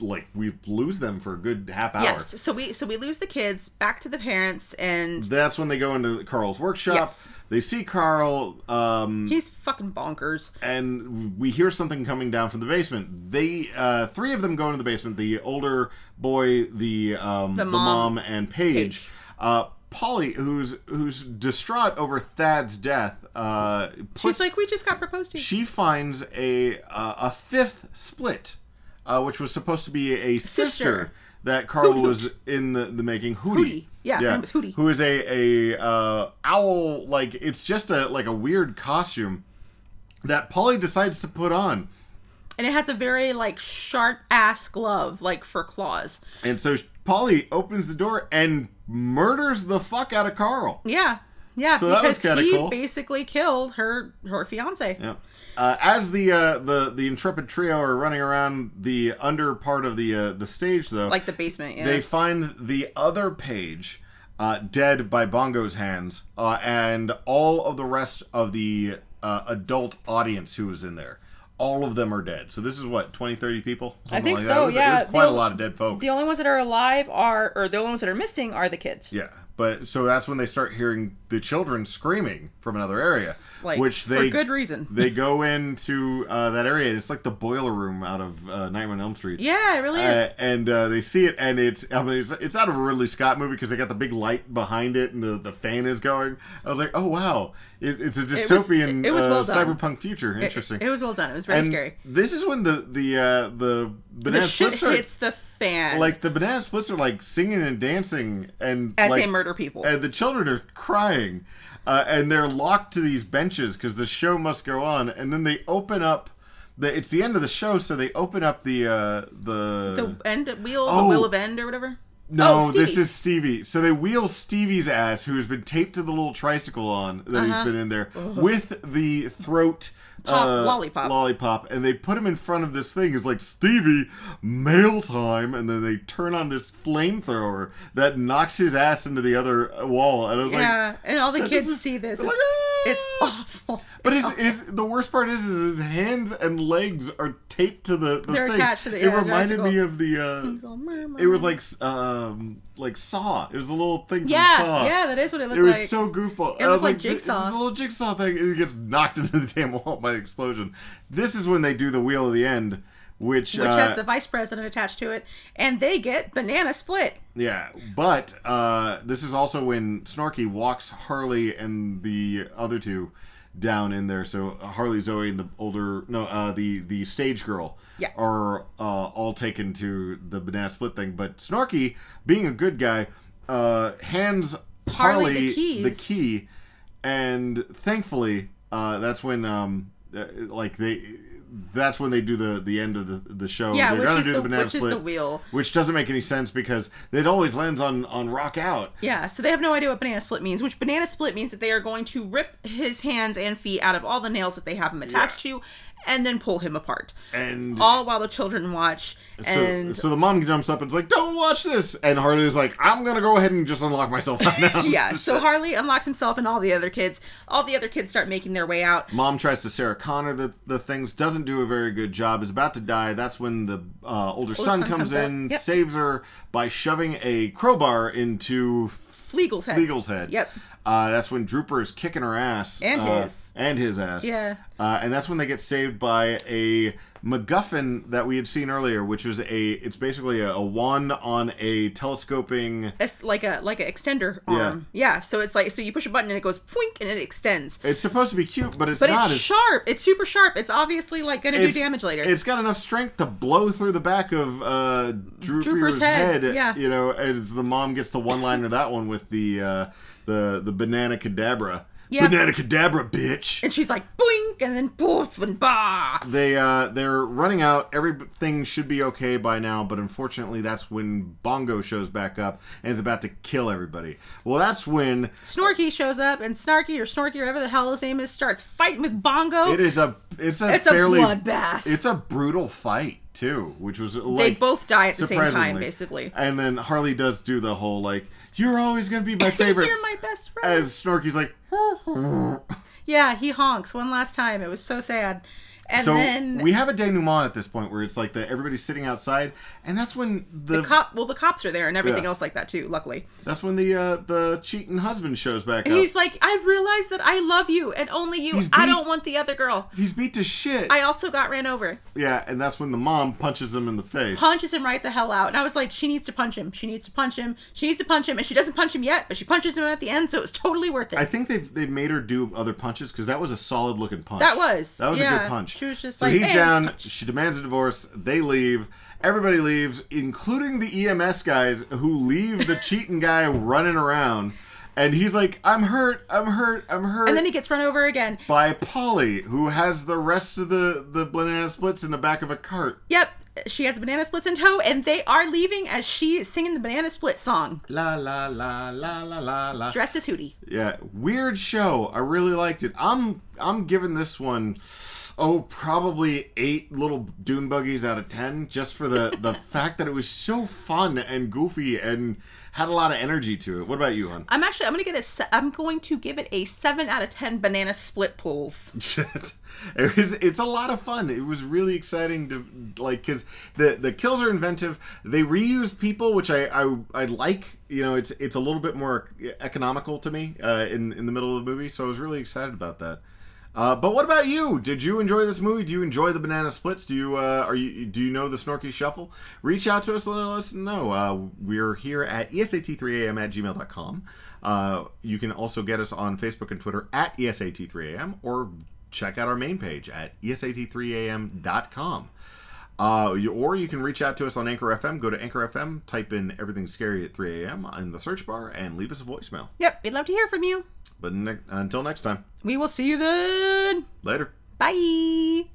Speaker 2: like we lose them for a good half hour.
Speaker 1: Yes. So we so we lose the kids back to the parents, and
Speaker 2: That's when they go into Carl's workshop.
Speaker 1: Yes.
Speaker 2: They see Carl, um,
Speaker 1: he's fucking bonkers.
Speaker 2: and we hear something coming down from the basement. They, uh, three of them go into the basement. The older boy, the um, the,
Speaker 1: mom.
Speaker 2: mom. and Paige.
Speaker 1: Paige.
Speaker 2: Uh, Polly, who's who's distraught over Thad's death, uh,
Speaker 1: She's
Speaker 2: puts-
Speaker 1: like, we just got proposed to.
Speaker 2: she finds a uh, a fifth split, uh, which was supposed to be a sister,
Speaker 1: Sister.
Speaker 2: that Carl was in the, the making. Hootie,
Speaker 1: Hootie. Yeah, her name was Hootie.
Speaker 2: who is a a uh, owl like it's just a like a weird costume that Polly decides to put on,
Speaker 1: and it has a very like sharp ass glove, like for claws.
Speaker 2: and so Polly opens the door and murders the fuck out of Carl.
Speaker 1: Yeah. Yeah,
Speaker 2: So that was
Speaker 1: because
Speaker 2: kinda
Speaker 1: he
Speaker 2: cool.
Speaker 1: basically killed her her fiance.
Speaker 2: Yeah. Uh, as the uh, the the intrepid trio are running around the under part of the uh, the stage, though,
Speaker 1: Like the basement, yeah.
Speaker 2: they find the other page uh, dead by Bongo's hands, uh, and all of the rest of the uh, adult audience who was in there. All of them are dead. So this is what 20, 30 people. Something
Speaker 1: think so,
Speaker 2: like That. It was,
Speaker 1: yeah.
Speaker 2: it was quite
Speaker 1: The-
Speaker 2: a lot of dead folk.
Speaker 1: The only ones that are alive are, or the only ones that are missing are the kids.
Speaker 2: Yeah, but so that's when they start hearing the children screaming from another area,
Speaker 1: Like,
Speaker 2: which
Speaker 1: for
Speaker 2: they
Speaker 1: good reason.
Speaker 2: they go into uh, that area. And it's like the boiler room out of uh, Nightmare on Elm Street.
Speaker 1: Yeah, it really is.
Speaker 2: Uh, and uh, they see it, and it's I mean, it's, it's out of a Ridley Scott movie because they got the big light behind it, and the, the fan is going. I was like, oh wow, it, it's a
Speaker 1: was-
Speaker 2: dystopian,
Speaker 1: it was well
Speaker 2: uh,
Speaker 1: done.
Speaker 2: cyberpunk future. Interesting.
Speaker 1: It, it was well done. It was very
Speaker 2: and
Speaker 1: scary.
Speaker 2: This is when the the uh, the banana
Speaker 1: The shit
Speaker 2: splits start-
Speaker 1: hits the fan.
Speaker 2: like the banana splits are like singing and dancing and
Speaker 1: As
Speaker 2: like,
Speaker 1: they murder people.
Speaker 2: and the children are crying uh, and they're locked to these benches because the show must go on and then they open up the it's the end of the show so they open up the uh the,
Speaker 1: the end wheel, the
Speaker 2: Oh.
Speaker 1: wheel of end, or whatever.
Speaker 2: no
Speaker 1: Oh,
Speaker 2: this
Speaker 1: Stevie.
Speaker 2: is stevie so they wheel stevie's ass who has been taped to the little tricycle on that he's been in there with the throat
Speaker 1: Uh-huh. Pop-
Speaker 2: uh,
Speaker 1: lollipop.
Speaker 2: lollipop and they put him in front of this thing it's like stevie mail time and then they turn on this flamethrower that knocks his ass into the other wall and i was like
Speaker 1: yeah, and all the
Speaker 2: that
Speaker 1: kids
Speaker 2: doesn't-
Speaker 1: see this.
Speaker 2: I'm
Speaker 1: It's,
Speaker 2: like, "Ah!"
Speaker 1: it's awful.
Speaker 2: But his, his the worst part is, is his hands and legs are taped to the, the
Speaker 1: They're
Speaker 2: thing.
Speaker 1: attached to the-
Speaker 2: it
Speaker 1: yeah,
Speaker 2: reminded me
Speaker 1: tricycle.
Speaker 2: of the uh,
Speaker 1: all, "Mama."
Speaker 2: it was like s- um like Saw. It was the little thing from
Speaker 1: Yeah,
Speaker 2: Saw.
Speaker 1: yeah, that is what it looked
Speaker 2: It was
Speaker 1: like.
Speaker 2: so goofball.
Speaker 1: It
Speaker 2: I was
Speaker 1: looked like
Speaker 2: "This- this is
Speaker 1: Jigsaw."
Speaker 2: a little jigsaw thing, and it gets knocked into the damn wall by the explosion. This is when they do the wheel of the end, which,
Speaker 1: which
Speaker 2: uh,
Speaker 1: has the vice president attached to it, and they get banana split.
Speaker 2: Yeah, but uh, this is also when Snarky walks Harley and the other two down in there. So uh, Harley Zoe and the older no uh, the the stage girl
Speaker 1: Yeah.
Speaker 2: are uh, all taken to the banana split thing. But Snarky, being a good guy, uh, hands
Speaker 1: Harley
Speaker 2: Harley
Speaker 1: the keys.
Speaker 2: the key, and thankfully uh, that's when um uh, like they. That's when they do the the end of the the show.
Speaker 1: Yeah,
Speaker 2: They're
Speaker 1: which
Speaker 2: gonna
Speaker 1: is
Speaker 2: do
Speaker 1: the-
Speaker 2: banana
Speaker 1: which is the wheel.
Speaker 2: which doesn't make any sense because it always lands on on rock out.
Speaker 1: Yeah, so they have no idea what banana split means, which banana split means that they are going to rip his hands and feet out of all the nails that they have him attached to and then pull him apart.
Speaker 2: And-
Speaker 1: all while the children watch
Speaker 2: So,
Speaker 1: and
Speaker 2: so the mom jumps up and's like, "Don't watch this!" And Harley's like, "I'm gonna go ahead and just unlock myself out now."
Speaker 1: yeah, so Harley unlocks himself and all the other kids. All the other kids start making their way out.
Speaker 2: Mom tries to Sarah Connor the, the things, doesn't do a very good job, is about to die. That's when the uh, older, son,
Speaker 1: son
Speaker 2: comes,
Speaker 1: comes out.
Speaker 2: in,
Speaker 1: Yep.
Speaker 2: saves her by shoving a crowbar into
Speaker 1: Fleagel's head.
Speaker 2: Fleagel's head.
Speaker 1: Yep.
Speaker 2: Uh, that's when Drooper is kicking her ass.
Speaker 1: And
Speaker 2: uh,
Speaker 1: his.
Speaker 2: And his ass.
Speaker 1: Yeah.
Speaker 2: Uh, and that's when they get saved by a MacGuffin that we had seen earlier, which was a, it's basically a, a wand on a telescoping.
Speaker 1: It's like a like an extender
Speaker 2: Yeah.
Speaker 1: arm. Yeah. so it's like so you push a button and it goes flink and it extends.
Speaker 2: It's supposed to be cute, but it's
Speaker 1: But
Speaker 2: not.
Speaker 1: it's sharp. It's super sharp. It's obviously like gonna do
Speaker 2: it's-
Speaker 1: damage later.
Speaker 2: It's got enough strength to blow through the back of uh, Drooper's
Speaker 1: Drooper's head,
Speaker 2: head.
Speaker 1: yeah.
Speaker 2: You know, as the mom gets the one liner that one with the uh, the the banana cadabra.
Speaker 1: Yeah.
Speaker 2: Banana cadabra, bitch.
Speaker 1: and she's like blink and then poof and bah.
Speaker 2: they uh they're running out everything should be okay by now but unfortunately that's when bongo shows back up and is about to kill everybody well that's when
Speaker 1: Snorky shows up and Snarky or Snorky or whatever the hell his name is starts fighting with Bongo.
Speaker 2: it is a it's a
Speaker 1: It's a
Speaker 2: fairly
Speaker 1: bloodbath.
Speaker 2: it's a brutal fight too which was like
Speaker 1: they both die at the same time,
Speaker 2: surprisingly.
Speaker 1: basically.
Speaker 2: and then harley does do the whole like you're always gonna be my favorite
Speaker 1: You're my best friend.
Speaker 2: as snorky's like
Speaker 1: yeah, he honks one last time. It was so sad. And
Speaker 2: so
Speaker 1: then
Speaker 2: we have a denouement at this point where it's like that everybody's sitting outside and that's when
Speaker 1: the
Speaker 2: the,
Speaker 1: cop well the cops are there and everything
Speaker 2: Yeah.
Speaker 1: else like that too, luckily.
Speaker 2: that's when the uh the cheating husband shows back
Speaker 1: And
Speaker 2: up
Speaker 1: he's like, I've realized that I love you and only you.
Speaker 2: He's
Speaker 1: I
Speaker 2: beat-
Speaker 1: don't want the other girl.
Speaker 2: He's beat to shit.
Speaker 1: I also got ran over.
Speaker 2: yeah, and that's when the mom punches him in the face.
Speaker 1: Punches him right the hell out. And I was like, she needs to punch him. She needs to punch him. She needs to punch him. And she doesn't punch him yet, but she punches him at the end, so it was totally worth it.
Speaker 2: I think they've they've made her do other punches because that was a solid looking punch.
Speaker 1: That was,
Speaker 2: that was a
Speaker 1: yeah.
Speaker 2: good punch.
Speaker 1: She was just
Speaker 2: so
Speaker 1: like,
Speaker 2: he's
Speaker 1: "Hey,
Speaker 2: down.
Speaker 1: punch."
Speaker 2: She demands a divorce. They leave. Everybody leaves, including the EMS guys who leave the cheating guy running around. And he's like, "I'm hurt. I'm hurt. I'm hurt."
Speaker 1: and then he gets run over again.
Speaker 2: by Polly, who has the rest of the the banana splits in the back of a cart.
Speaker 1: Yep, she has banana splits in tow, and they are leaving as she is singing the banana split song,
Speaker 2: La la la la la la la.
Speaker 1: dressed as Hootie.
Speaker 2: Yeah, weird show. I really liked it. I'm I'm giving this one oh probably eight little dune buggies out of ten just for the the fact that it was so fun and goofy and had a lot of energy to it. What about you, hon?
Speaker 1: I'm actually I'm gonna get a se- I'm going to give it a seven out of ten banana split pulls.
Speaker 2: it was, it's a lot of fun. It was really exciting to like because the the kills are inventive. They reuse people, which I, I I like. You know, it's it's a little bit more economical to me uh, in in the middle of the movie. So I was really excited about that. Uh, but what about you? Did you enjoy this movie? Do you enjoy the banana splits? Do you uh, are you do you know the Snorky Shuffle? Reach out to us and let us know. Uh, we're here at E esat3am at gmail.com. Uh, you can also get us on Facebook and Twitter at E esat3am or check out our main page at E esat3am.com. Uh, you, or you can reach out to us on Anchor FM. Go to Anchor FM, type in Everything Scary at 3 a.m. in the search bar, and leave us a voicemail.
Speaker 1: Yep, we'd love to hear from you.
Speaker 2: But ne- until next time,
Speaker 1: We will see you then.
Speaker 2: later.
Speaker 1: Bye.